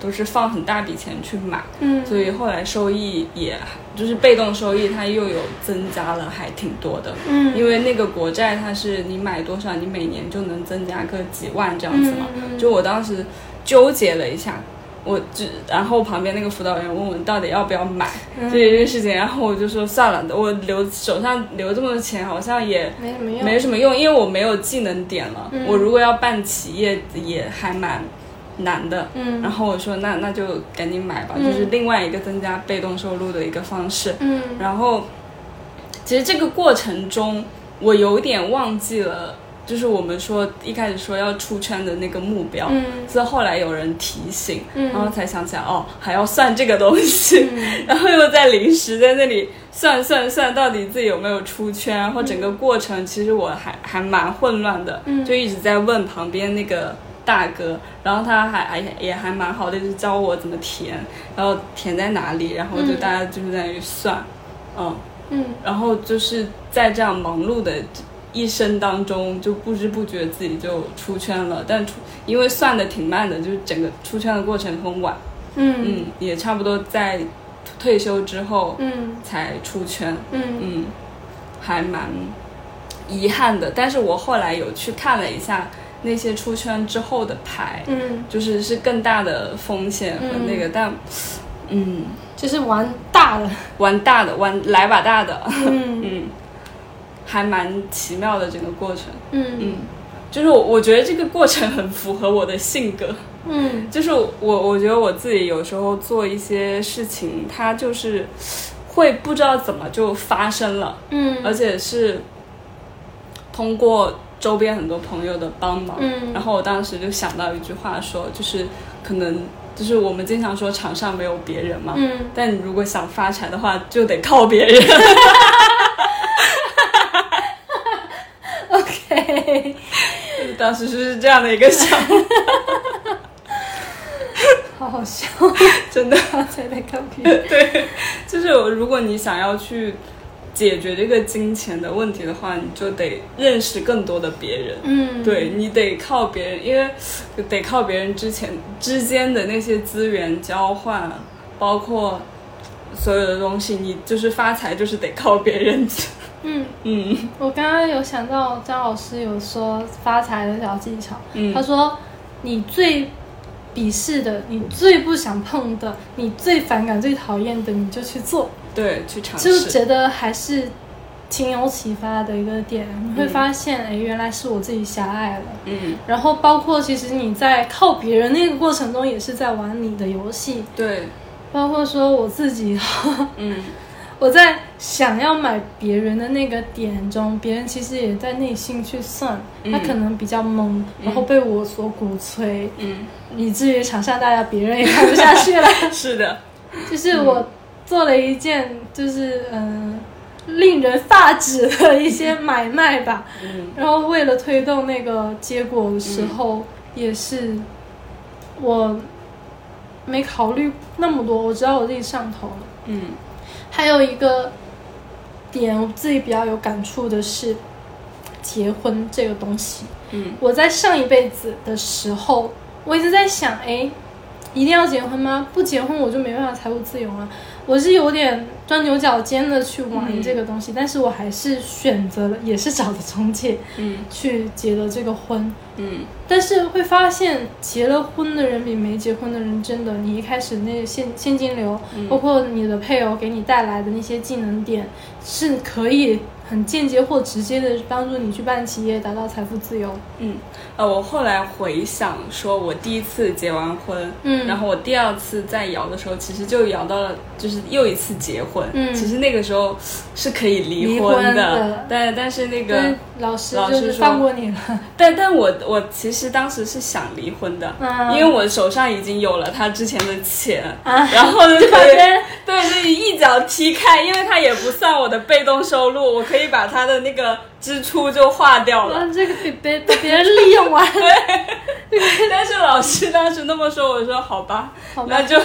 [SPEAKER 3] 都是放很大笔钱去买，
[SPEAKER 2] 嗯，
[SPEAKER 3] 所以后来收益也就是被动收益，它又有增加了，还挺多的。
[SPEAKER 2] 嗯
[SPEAKER 3] 因为那个国债它是你买多少，你每年就能增加个几万这样子嘛。
[SPEAKER 2] 嗯嗯
[SPEAKER 3] 就我当时纠结了一下，我就然后旁边那个辅导员问我到底要不要买、
[SPEAKER 2] 嗯
[SPEAKER 3] 这件事情，然后我就说算了，我留手上留这么多钱好像也
[SPEAKER 2] 没什么用，
[SPEAKER 3] 没什么用，因为我没有技能点了。
[SPEAKER 2] 嗯
[SPEAKER 3] 我如果要办企业也还蛮难的。
[SPEAKER 2] 嗯
[SPEAKER 3] 然后我说那那就赶紧买吧，
[SPEAKER 2] 嗯
[SPEAKER 3] 就是另外一个增加被动收入的一个方式。
[SPEAKER 2] 嗯
[SPEAKER 3] 然后其实这个过程中，我有点忘记了，就是我们说一开始说要出圈的那个目标，
[SPEAKER 2] 嗯
[SPEAKER 3] 是后来有人提醒，
[SPEAKER 2] 嗯
[SPEAKER 3] 然后才想起来哦，还要算这个东西， 然后又在临时在那里算算算，到底自己有没有出圈，然后整个过程其实我还还蛮混乱的，
[SPEAKER 2] 嗯
[SPEAKER 3] 就一直在问旁边那个。大哥，然后他还还也还蛮好的，就是教我怎么填，然后填在哪里，然后就
[SPEAKER 2] 嗯
[SPEAKER 3] 大家就是在那里算，嗯
[SPEAKER 2] 嗯
[SPEAKER 3] 然后就是在这样忙碌的一生当中，就不知不觉自己就出圈了。但出因为算的挺慢的，就是整个出圈的过程很晚，
[SPEAKER 2] 嗯
[SPEAKER 3] 嗯，也差不多在退休之后
[SPEAKER 2] 嗯
[SPEAKER 3] 才出圈，
[SPEAKER 2] 嗯
[SPEAKER 3] 嗯，还蛮遗憾的。但是我后来有去看了一下那些出圈之后的牌，
[SPEAKER 2] 嗯，
[SPEAKER 3] 就是是更大的风险和那个，但嗯，
[SPEAKER 2] 就是玩大了，
[SPEAKER 3] 玩大的，玩来把大的。
[SPEAKER 2] 嗯
[SPEAKER 3] 嗯，还蛮奇妙的整个过程。
[SPEAKER 2] 嗯
[SPEAKER 3] 嗯，就是我我觉得这个过程很符合我的性格，
[SPEAKER 2] 嗯
[SPEAKER 3] 就是我我觉得我自己有时候做一些事情，它就是会不知道怎么就发生了，
[SPEAKER 2] 嗯，
[SPEAKER 3] 而且是通过周边很多朋友的帮忙。
[SPEAKER 2] 嗯
[SPEAKER 3] 然后我当时就想到一句话说，就是可能就是我们经常说场上没有别人嘛，
[SPEAKER 2] 嗯
[SPEAKER 3] 但你如果想发财的话，就得靠别人。
[SPEAKER 2] OK。
[SPEAKER 3] 当时是这样的一个想法，
[SPEAKER 2] 好好笑，
[SPEAKER 3] 真的。
[SPEAKER 2] 刚才在看片。
[SPEAKER 3] 就是我如果你想要去解决这个金钱的问题的话，你就得认识更多的别人。
[SPEAKER 2] 嗯，
[SPEAKER 3] 对你得靠别人，因为得靠别人之前之间的那些资源交换，包括所有的东西，你就是发财就是得靠别人。
[SPEAKER 2] 嗯，
[SPEAKER 3] 嗯
[SPEAKER 2] 我刚刚有想到张老师有说发财的小技巧，
[SPEAKER 3] 嗯
[SPEAKER 2] 他说你最鄙视的，你最不想碰的，你最反感、最讨厌的，你就去做，
[SPEAKER 3] 对，去尝
[SPEAKER 2] 就
[SPEAKER 3] 试。
[SPEAKER 2] 觉得还是挺有启发的一个点。你会发现，哎、原来是我自己狭隘了。
[SPEAKER 3] 嗯，
[SPEAKER 2] 然后包括其实你在靠别人那个过程中，也是在玩你的游戏，
[SPEAKER 3] 对，
[SPEAKER 2] 包括说我自己。
[SPEAKER 3] 嗯
[SPEAKER 2] 我在想要买别人的那个点中，别人其实也在内心去算，
[SPEAKER 3] 嗯
[SPEAKER 2] 他可能比较懵，然后被我所鼓吹，
[SPEAKER 3] 嗯，
[SPEAKER 2] 以至于场上大家别人也看不下 去了。
[SPEAKER 3] 是的，
[SPEAKER 2] 就是我做了一件，就是嗯、呃令人发指的一些买卖吧。
[SPEAKER 3] 嗯
[SPEAKER 2] 然后为了推动那个结果的时候，也是我没考虑那么多，我知道我自己上头了。
[SPEAKER 3] 嗯
[SPEAKER 2] 还有一个点，我自己比较有感触的是结婚这个东西。
[SPEAKER 3] 嗯
[SPEAKER 2] 我在上一辈子的时候，我一直在想，哎，一定要结婚吗？不结婚我就没办法财务自由了。我是有点钻牛角尖的去玩
[SPEAKER 3] 嗯
[SPEAKER 2] 这个东西，但是我还是选择了，也是找的中介
[SPEAKER 3] 嗯
[SPEAKER 2] 去结了这个婚。
[SPEAKER 3] 嗯
[SPEAKER 2] 但是会发现，结了婚的人比没结婚的人，真的，你一开始那个现现金流，
[SPEAKER 3] 嗯
[SPEAKER 2] 包括你的配偶给你带来的那些技能点，是可以很间接或直接的帮助你去办企业，达到财富自由。
[SPEAKER 3] 嗯。呃，我后来回想，说我第一次结完婚，
[SPEAKER 2] 嗯
[SPEAKER 3] 然后我第二次再摇的时候，其实就摇到了，就是又一次结婚。
[SPEAKER 2] 嗯
[SPEAKER 3] 其实那个时候是可以离
[SPEAKER 2] 离
[SPEAKER 3] 婚
[SPEAKER 2] 婚的
[SPEAKER 3] 但但是那个
[SPEAKER 2] 对，老师
[SPEAKER 3] 老
[SPEAKER 2] 就
[SPEAKER 3] 师
[SPEAKER 2] 是
[SPEAKER 3] 说
[SPEAKER 2] 放过你了。
[SPEAKER 3] 但但我我其实当时是想离婚的，
[SPEAKER 2] 嗯
[SPEAKER 3] 因为我手上已经有了他之前的钱，
[SPEAKER 2] 啊
[SPEAKER 3] 然后呢
[SPEAKER 2] 就
[SPEAKER 3] 可以
[SPEAKER 2] 把人
[SPEAKER 3] 对，就一脚踢开，因为他也不算我的被动收入，我可以把他的那个支出就划掉了。
[SPEAKER 2] 啊，这个被被被别人利用完，
[SPEAKER 3] 但是老师当时那么说，我说好吧，
[SPEAKER 2] 好吧
[SPEAKER 3] 那就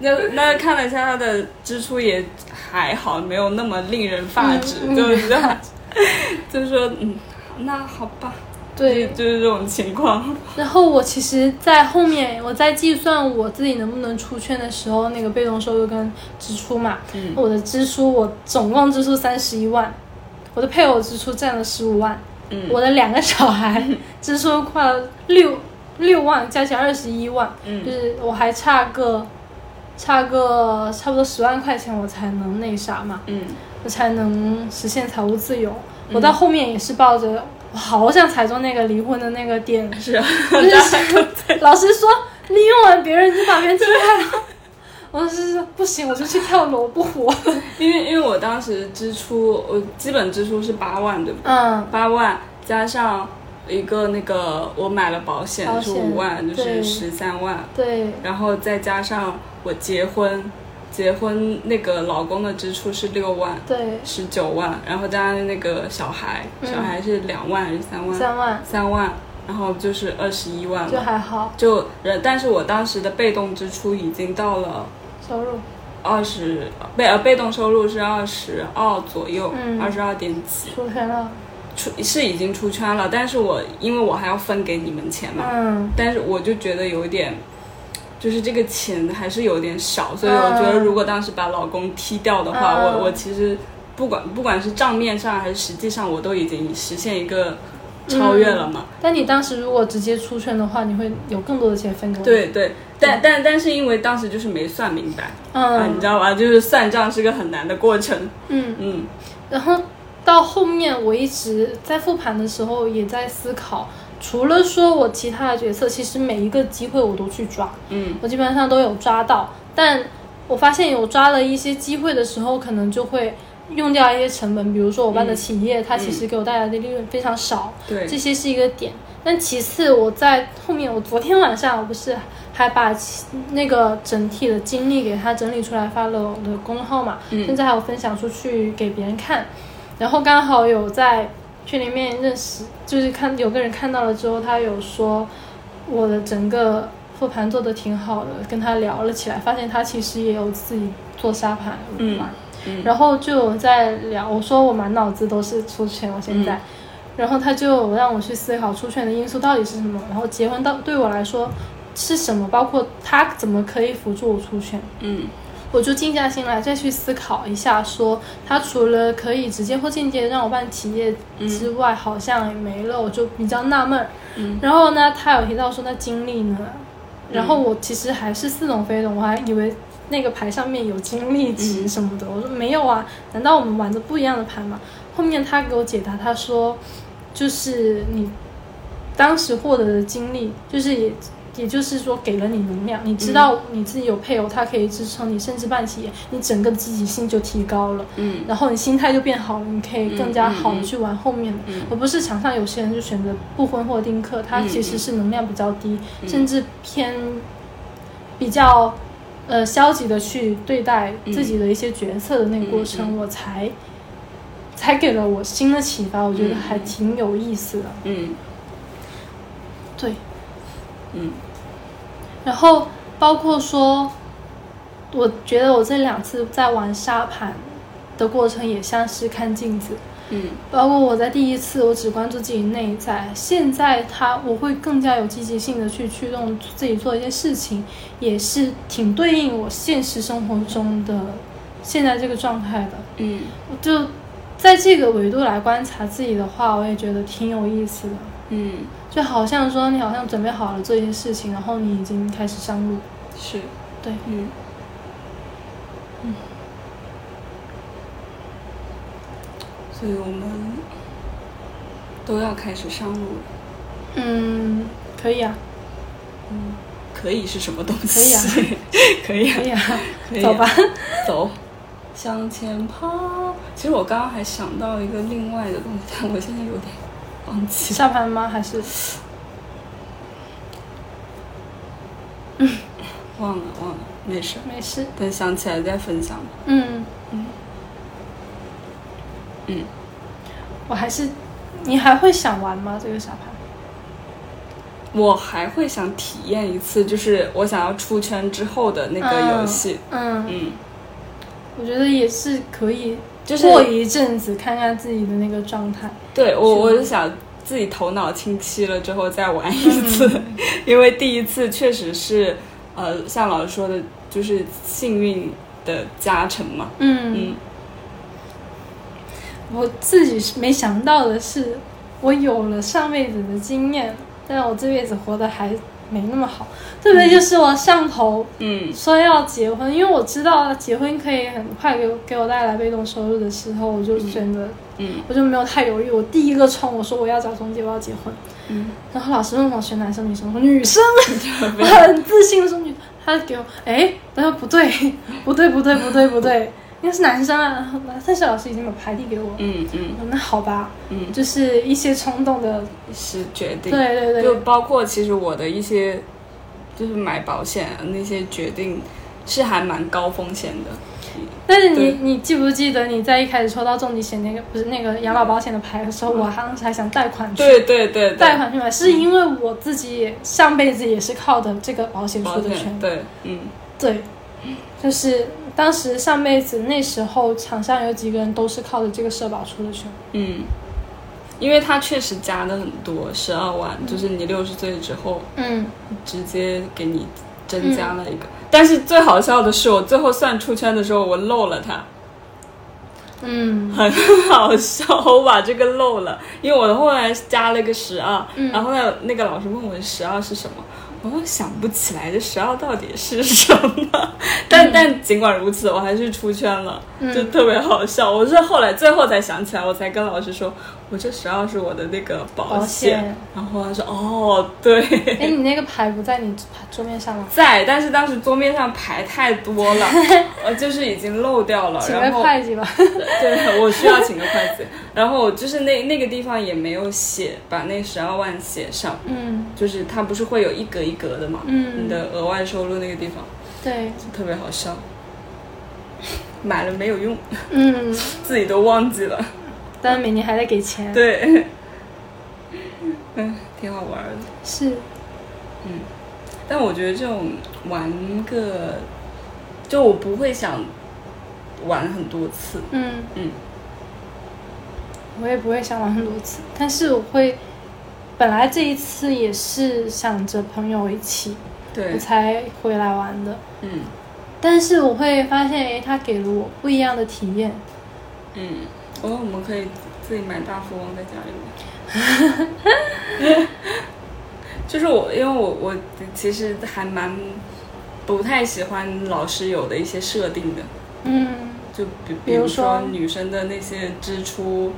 [SPEAKER 3] 那那看了一下他的支出也还好，没有那么令人发指，
[SPEAKER 2] 嗯嗯
[SPEAKER 3] 就是这样， 就说嗯，那好吧，
[SPEAKER 2] 对。
[SPEAKER 3] 就是这种情况，
[SPEAKER 2] 然后我其实，在后面我在计算我自己能不能出圈的时候，那个被动收入跟支出嘛，
[SPEAKER 3] 嗯
[SPEAKER 2] 我的支出我总共支出三十一万，我的配偶支出占了十五万，
[SPEAKER 3] 嗯
[SPEAKER 2] 我的两个小孩支出快了六六万，加起来二十一万，
[SPEAKER 3] 嗯
[SPEAKER 2] 就是我还差个差个差不多十万块钱，我才能那啥嘛，
[SPEAKER 3] 嗯
[SPEAKER 2] 我才能实现财务自由。我到后面也是抱着我好想踩中那个离婚的那个点，
[SPEAKER 3] 是啊，
[SPEAKER 2] 就是老师说利用完别人就把别人踢开了， 我是说不行，我就去跳萝卜舞。
[SPEAKER 3] 因为因为我当时支出，我基本支出是八万，对不对？
[SPEAKER 2] 嗯，
[SPEAKER 3] 八万加上一个那个我买了保险
[SPEAKER 2] 保
[SPEAKER 3] 是
[SPEAKER 2] 险
[SPEAKER 3] 五万，就
[SPEAKER 2] 对
[SPEAKER 3] 是十三万，
[SPEAKER 2] 对，
[SPEAKER 3] 然后再加上我结婚，结婚那个老公的支出是六万，
[SPEAKER 2] 对，
[SPEAKER 3] 十九万，然后加上那个小孩，
[SPEAKER 2] 嗯
[SPEAKER 3] 小孩是两万还是三万？
[SPEAKER 2] 三万
[SPEAKER 3] 三万，然后就是二十一万
[SPEAKER 2] 就
[SPEAKER 3] 了。
[SPEAKER 2] 还好，
[SPEAKER 3] 就人，但是我当时的被动支出已经到了。
[SPEAKER 2] 收入
[SPEAKER 3] 二十被呃被动收入是二十二左右，
[SPEAKER 2] 嗯
[SPEAKER 3] 二十二点几
[SPEAKER 2] 出圈了。
[SPEAKER 3] 出是已经出圈了，但是我因为我还要分给你们钱嘛，
[SPEAKER 2] 嗯，
[SPEAKER 3] 但是我就觉得有点，就是这个钱还是有点少，所以我觉得
[SPEAKER 2] 嗯
[SPEAKER 3] 如果当时把老公踢掉的话，
[SPEAKER 2] 嗯
[SPEAKER 3] 我我其实不管不管是账面上还是实际上，我都已经实现一个超越了嘛。
[SPEAKER 2] 但你当时如果直接出圈的话，你会有更多的钱分给我。，
[SPEAKER 3] 对对，但但但是因为当时就是没算明白、啊，你
[SPEAKER 2] 嗯
[SPEAKER 3] 知道吧？就是算账是个很难的过程。
[SPEAKER 2] 嗯，
[SPEAKER 3] 嗯
[SPEAKER 2] 然后到后面，我一直在复盘的时候也在思考，除了说我其他的角色，其实每一个机会我都去抓，
[SPEAKER 3] 嗯
[SPEAKER 2] 我基本上都有抓到。但我发现有抓了一些机会的时候，可能就会用掉一些成本，比如说我
[SPEAKER 3] 嗯
[SPEAKER 2] 办的企业，它其实给我带来的利润非常少，
[SPEAKER 3] 对
[SPEAKER 2] 这些是一个点。但其次，我在后面，我昨天晚上我不是还把其那个整体的经历给它整理出来发了我的公众号嘛，
[SPEAKER 3] 嗯
[SPEAKER 2] 现在还有分享出去给别人看。然后刚好有在群里面认识，就是看有个人看到了之后，他有说我的整个复盘做的挺好的，跟他聊了起来，发现他其实也有自己做沙盘玩。
[SPEAKER 3] 嗯嗯
[SPEAKER 2] 然后就有在聊，我说我满脑子都是出圈，我现在，
[SPEAKER 3] 嗯
[SPEAKER 2] 然后他就让我去思考出圈的因素到底是什么，然后结婚到对我来说是什么，包括他怎么可以辅助我出圈，
[SPEAKER 3] 嗯
[SPEAKER 2] 我就静下心来再去思考一下说，他除了可以直接或间接让我办企业之外，好像也没了，我就比较纳闷儿。
[SPEAKER 3] 嗯
[SPEAKER 2] 然后呢，他有提到说那经历呢，然后我其实还是似懂非懂，我还以为那个牌上面有经历值什么的，我说没有啊，难道我们玩的不一样的牌吗？后面他给我解答，他说就是你当时获得的经历，就是也。也就是说，给了你能量，你知道你自己有配偶，他可以支撑你，甚至办企业，你整个积极性就提高了。
[SPEAKER 3] 嗯
[SPEAKER 2] 然后你心态就变好了，你可以更加好
[SPEAKER 3] 嗯嗯
[SPEAKER 2] 的
[SPEAKER 3] 嗯
[SPEAKER 2] 去玩后面的，
[SPEAKER 3] 嗯
[SPEAKER 2] 而不是场上有些人就选择不婚或丁克，他
[SPEAKER 3] 嗯
[SPEAKER 2] 其实
[SPEAKER 3] 嗯
[SPEAKER 2] 是能量比较低，甚至偏比较呃消极的去对待自己的一些决策的那个过程，
[SPEAKER 3] 嗯
[SPEAKER 2] 我才才给了我新的启发，我觉得还挺有意思的。
[SPEAKER 3] 嗯
[SPEAKER 2] 对，
[SPEAKER 3] 嗯
[SPEAKER 2] 然后包括说，我觉得我这两次在玩沙盘的过程也像是看镜子，
[SPEAKER 3] 嗯
[SPEAKER 2] 包括我在第一次我只关注自己内在，现在它我会更加有积极性的去驱动自己做一些事情，也是挺对应我现实生活中的现在这个状态的。
[SPEAKER 3] 嗯
[SPEAKER 2] 我就在这个维度来观察自己的话，我也觉得挺有意思的。
[SPEAKER 3] 嗯，
[SPEAKER 2] 就好像说，你好像准备好了做一些事情，然后你已经开始上路。
[SPEAKER 3] 是，
[SPEAKER 2] 对，
[SPEAKER 3] 嗯
[SPEAKER 2] 嗯。
[SPEAKER 3] 所以我们都要开始上路了。
[SPEAKER 2] 嗯，可以啊，
[SPEAKER 3] 可以是什么东
[SPEAKER 2] 可以
[SPEAKER 3] 西
[SPEAKER 2] 啊？
[SPEAKER 3] 可以啊，
[SPEAKER 2] 可以 啊，
[SPEAKER 3] 可以啊
[SPEAKER 2] 走吧。
[SPEAKER 3] 走，向前跑。其实我刚刚还想到一个另外的东西，但我现在有点忘记了。
[SPEAKER 2] 下班吗？还是
[SPEAKER 3] 忘了，忘了，没事儿，
[SPEAKER 2] 没事？
[SPEAKER 3] 等想起来再分享吧。
[SPEAKER 2] 嗯
[SPEAKER 3] 嗯，
[SPEAKER 2] 我还是，你还会想玩吗？这个沙盘？
[SPEAKER 3] 我还会想体验一次，就是我想要出圈之后的那个游戏。
[SPEAKER 2] 嗯，
[SPEAKER 3] 嗯，
[SPEAKER 2] 我觉得也是可以
[SPEAKER 3] 就是
[SPEAKER 2] 过一阵子看看自己的那个状态。
[SPEAKER 3] 对我，
[SPEAKER 2] 是
[SPEAKER 3] 我就想自己头脑清晰了之后再玩一次，
[SPEAKER 2] 嗯
[SPEAKER 3] 因为第一次确实是，呃，像老师说的，就是幸运的加成嘛。
[SPEAKER 2] 嗯，
[SPEAKER 3] 嗯
[SPEAKER 2] 我自己是没想到的是，我有了上辈子的经验，但我这辈子活得还没那么好。特别就是我上头
[SPEAKER 3] 嗯
[SPEAKER 2] 说要结婚，因为我知道结婚可以很快给我给我带来被动收入的时候，我就选择，
[SPEAKER 3] 嗯
[SPEAKER 2] 我就没有太犹豫，我第一个冲，我说我要找中介，我要结婚。
[SPEAKER 3] 嗯，
[SPEAKER 2] 然后老师问我选男生女生，我说女 生，
[SPEAKER 3] 不
[SPEAKER 2] 我
[SPEAKER 3] 要
[SPEAKER 2] 很自信的说女，他给我，哎，他说不对， 不对，不对，不对，不对，应该是男生啊。然后但是老师已经把排地给我，
[SPEAKER 3] 嗯嗯
[SPEAKER 2] 我说那好吧，
[SPEAKER 3] 嗯，
[SPEAKER 2] 就是一些冲动的，
[SPEAKER 3] 是决定。
[SPEAKER 2] 对对
[SPEAKER 3] 就
[SPEAKER 2] 对，
[SPEAKER 3] 包括其实我的一些，就是买保险啊那些决定，是还蛮高风险的。
[SPEAKER 2] 但是你
[SPEAKER 3] 对
[SPEAKER 2] 你记不记得你在一开始抽到重疾险那个不是那个养老保险的牌的时候，我好像是还想贷款去。
[SPEAKER 3] 嗯对对对
[SPEAKER 2] 贷
[SPEAKER 3] 对，
[SPEAKER 2] 款去买，是因为我自己也上辈子也是靠的这个保险出
[SPEAKER 3] 保
[SPEAKER 2] 的钱
[SPEAKER 3] 险，对，嗯
[SPEAKER 2] 对，就是当时上辈子那时候场上有几个人都是靠着这个社保出的圈。
[SPEAKER 3] 嗯，因为它确实加的很多，十二万，就是你六十岁之后
[SPEAKER 2] 嗯，
[SPEAKER 3] 直接给你增加了一个。但是最好笑的是，我最后算出圈的时候，我漏了它。
[SPEAKER 2] 嗯，
[SPEAKER 3] 很好笑，我把这个漏了，因为我后来加了一个十二、
[SPEAKER 2] 嗯
[SPEAKER 3] 然后呢，那个老师问我十二是什么，我又想不起来这十二到底是什么，
[SPEAKER 2] 嗯
[SPEAKER 3] 但、但尽管如此，我还是出圈了，就特别好笑。我是后来最后才想起来，我才跟老师说，我这十二是我的那个保
[SPEAKER 2] 保险
[SPEAKER 3] 然后他说哦，对。
[SPEAKER 2] 哎，你那个牌不在你桌面上吗？
[SPEAKER 3] 在，但是当时桌面上牌太多 了，呃，就是已经漏掉了，
[SPEAKER 2] 请
[SPEAKER 3] 啊然
[SPEAKER 2] 问
[SPEAKER 3] 后
[SPEAKER 2] 会计吧。
[SPEAKER 3] 对，我需要请个会计。然后就是那那个地方也没有写，把那十二万写上，
[SPEAKER 2] 嗯
[SPEAKER 3] 就是它不是会有一格一格的嘛？你
[SPEAKER 2] 嗯，
[SPEAKER 3] 的额外收入那个地方
[SPEAKER 2] 对，
[SPEAKER 3] 就特别好笑，买了没有用，
[SPEAKER 2] 嗯，
[SPEAKER 3] 自己都忘记了。
[SPEAKER 2] 但是每年还在给钱。
[SPEAKER 3] 对，嗯，挺好玩的。
[SPEAKER 2] 是，
[SPEAKER 3] 但我觉得这种玩个，就我不会想玩很多次。
[SPEAKER 2] 嗯
[SPEAKER 3] 嗯
[SPEAKER 2] 我也不会想玩很多次，但是我会，本来这一次也是想着朋友一起，我
[SPEAKER 3] 对，
[SPEAKER 2] 才回来玩的。
[SPEAKER 3] 嗯
[SPEAKER 2] 但是我会发现，哎，它给了我不一样的体验。
[SPEAKER 3] 嗯，哦，我们可以自己买大富翁在家里面。 就是我，因为我我其实还蛮不太喜欢老师有的一些设定的，
[SPEAKER 2] 嗯
[SPEAKER 3] 就比
[SPEAKER 2] 比如
[SPEAKER 3] 如
[SPEAKER 2] 说
[SPEAKER 3] 说女生的那些支出、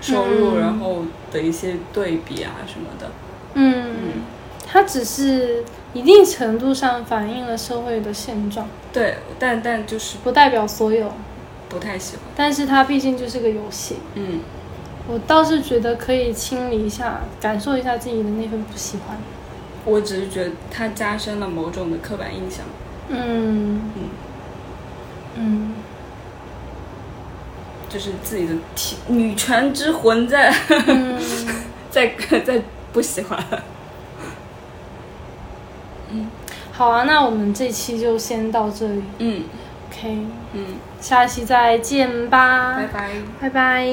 [SPEAKER 3] 收入，
[SPEAKER 2] 嗯
[SPEAKER 3] 然后的一些对比啊什么的。
[SPEAKER 2] 嗯，它只是一定程度上反映了社会的现状，
[SPEAKER 3] 对，但但就是
[SPEAKER 2] 不代表所有。
[SPEAKER 3] 不太喜欢。
[SPEAKER 2] 但是它毕竟就是个游戏，
[SPEAKER 3] 嗯
[SPEAKER 2] 我倒是觉得可以清理一下，感受一下自己的那份不喜欢。
[SPEAKER 3] 我只是觉得它加深了某种的刻板印象。
[SPEAKER 2] 嗯
[SPEAKER 3] 嗯
[SPEAKER 2] 嗯，
[SPEAKER 4] 就是自己的体女权之魂在 在在不喜欢。
[SPEAKER 2] 好啊，那我们这期就先到这里
[SPEAKER 4] 嗯
[SPEAKER 2] ，OK，
[SPEAKER 4] 嗯，
[SPEAKER 2] 下期再见吧，
[SPEAKER 4] 拜拜。
[SPEAKER 2] 拜拜。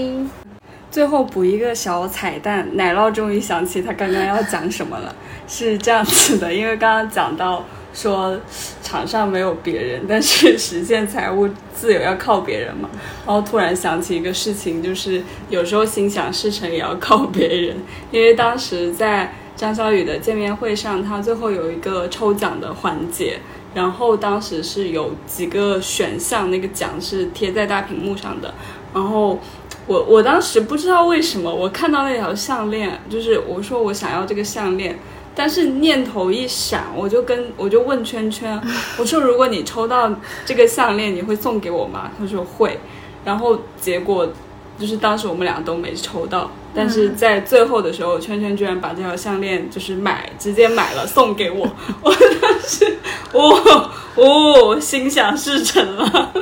[SPEAKER 3] 最后补一个小彩蛋，奶酪终于想起他刚刚要讲什么了。是这样子的，因为刚刚讲到说场上没有别人，但是实现财务自由要靠别人嘛。 然后突然想起一个事情，就是有时候心想事成也要靠别人，因为当时在张小雨的见面会上，他最后有一个抽奖的环节。然后当时是有几个选项，那个奖是贴在大屏幕上的。然后我我当时不知道为什么，我看到那条项链，就是我说我想要这个项链，但是念头一闪，我就跟我就问圈圈，我说如果你抽到这个项链，你会送给我吗？他说会，然后结果就是当时我们俩都没抽到，但是在最后的时候，圈圈居然把这条项链就是买直接买了送给我， 我当时哦哦心想事成了，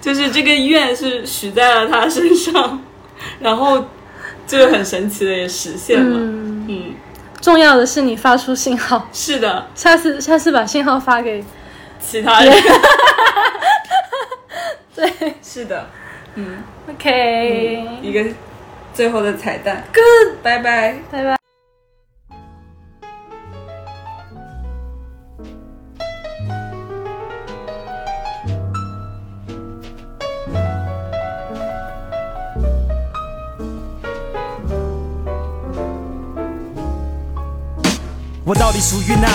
[SPEAKER 3] 就是这个愿是许在了他身上，然后就很神奇的也实现了，
[SPEAKER 2] 嗯
[SPEAKER 3] 嗯
[SPEAKER 2] 重要的是你发出信号，
[SPEAKER 3] 是的，
[SPEAKER 2] 下次下次把信号发给
[SPEAKER 3] 其他人。对， 是的，
[SPEAKER 2] OK，、
[SPEAKER 3] 一个最后的彩蛋。Good，拜拜。
[SPEAKER 2] 拜拜。
[SPEAKER 1] 我到底属于哪？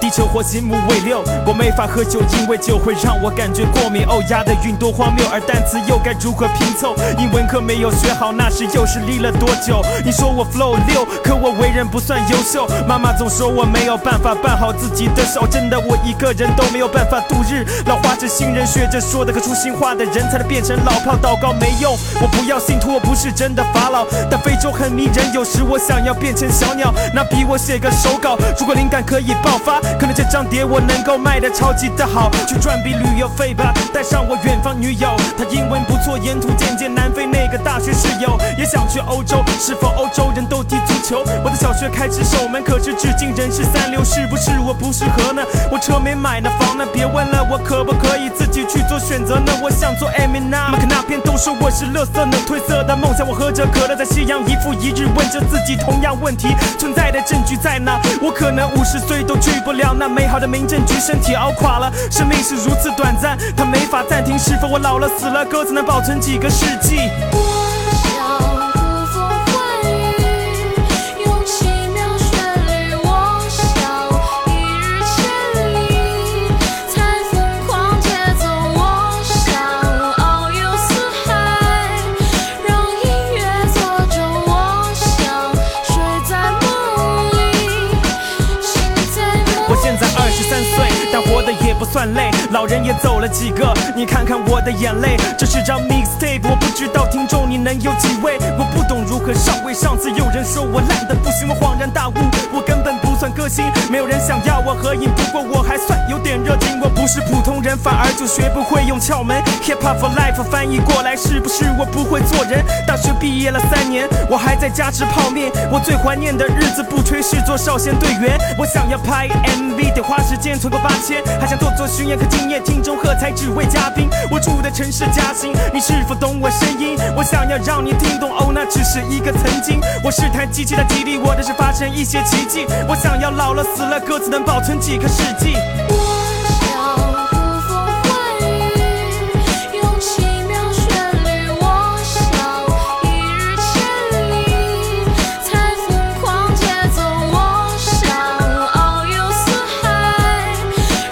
[SPEAKER 1] 地球火星木卫六，我没法喝酒，因为酒会让我感觉过敏。哦呀的云多荒谬，而单词又该如何拼凑？英文课没有学好，那时又是立了多久？你说我 flow 六，可我为人不算优秀，妈妈总说我没有办法办好自己的手，真的我一个人都没有办法度日。老花痴新人学着说的，可出新话的人才能变成老炮，祷告没用，我不要信徒，我不是真的法老，但非洲很迷人，有时我想要变成小鸟，拿笔我写个手稿。如果灵感可以爆发，可能这张碟我能够卖的超级的好，去赚笔旅游费吧。带上我远方女友，她英文不错，沿途见见南非那个大学室友，也想去欧洲，是否欧洲人都踢足球？我的小学开始守门，可是至今仍是三流，是不是我不适合呢？我车没买呢，房呢？别问了，我可不可以自己去做选择呢？我想做 Eminem，可那边都说我是垃圾呢，褪色的梦想，我喝着可乐在夕阳一复一日问着自己同样问题，存在的证据在哪？我可能五十岁都去不了那美好的民政局，身体熬垮了，生命是如此短暂，它没法暂停。是否我老了死了，鸽子能保存几个世纪？
[SPEAKER 5] 我想呼风唤雨，用奇妙旋律。我想一日千里，才疯狂节奏。我想遨游四海，让音乐做舟。我想睡在梦里，心在梦。
[SPEAKER 1] 我现在二十三岁，但活得也不算累，老人也走了几个，你看看我的眼泪。这是张 mixtape，我不知道听众你能有几位，我不懂如何上位。上次有人说我烂的不行，我恍然大悟，我根本不算歌星，没有人想要我合影，不过我还算有点热情。我不是普通人，反而就学不会用窍门。Hip hop for life 翻译过来是不是我不会做人？大学毕业了三年，我还在家吃泡面。我最怀念的日子不吹是做少先队员。我想要拍 MV 得花时间存个八千，还想做做巡演，可今夜听众喝彩只为嘉宾。我住的城市嘉兴，你是否懂我声音？我想要让你听懂，哦，那只是一个曾经。我是台机器，它激励我的是发生一些奇迹。我想要老了死了，歌词能保存几个世纪。
[SPEAKER 5] 我想呼风唤雨，用奇妙旋律。我想一日千里，才疯狂节奏。我想遨游四海，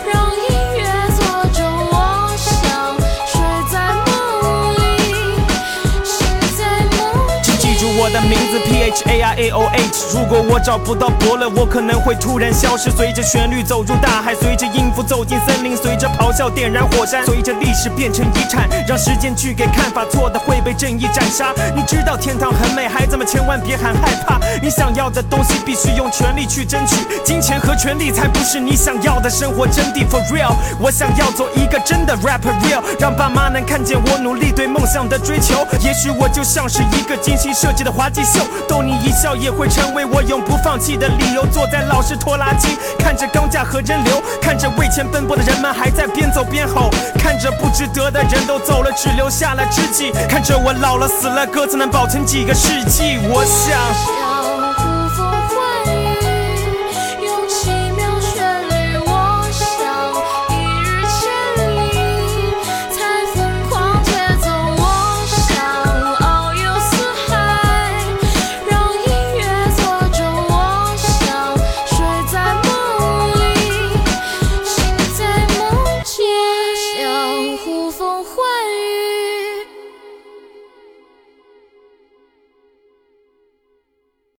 [SPEAKER 5] 让音乐做舟。我想睡在梦里，心在梦里。
[SPEAKER 1] 请记住我的名字 P H H A I A O H。如果我找不到伯乐，我可能会突然消失，随着旋律走入大海，随着音符走进森林，随着咆哮点燃火山，随着历史变成遗产，让时间去给看法，错的会被正义斩杀。你知道天堂很美，孩子们千万别喊害怕。你想要的东西必须用全力去争取，金钱和权力才不是你想要的生活真谛。For real，我想要做一个真的 rapper real，让爸妈能看见我努力对梦想的追求。也许我就像是一个精心设计的滑稽秀，逗你一笑也会成为我永不放弃的理由。坐在老式拖拉机，看着钢架和人流，看着为钱奔波的人们还在边走边吼，看着不值得的人都走了，只留下了知己，看着我老了死了，歌词能保存几个世纪。我想。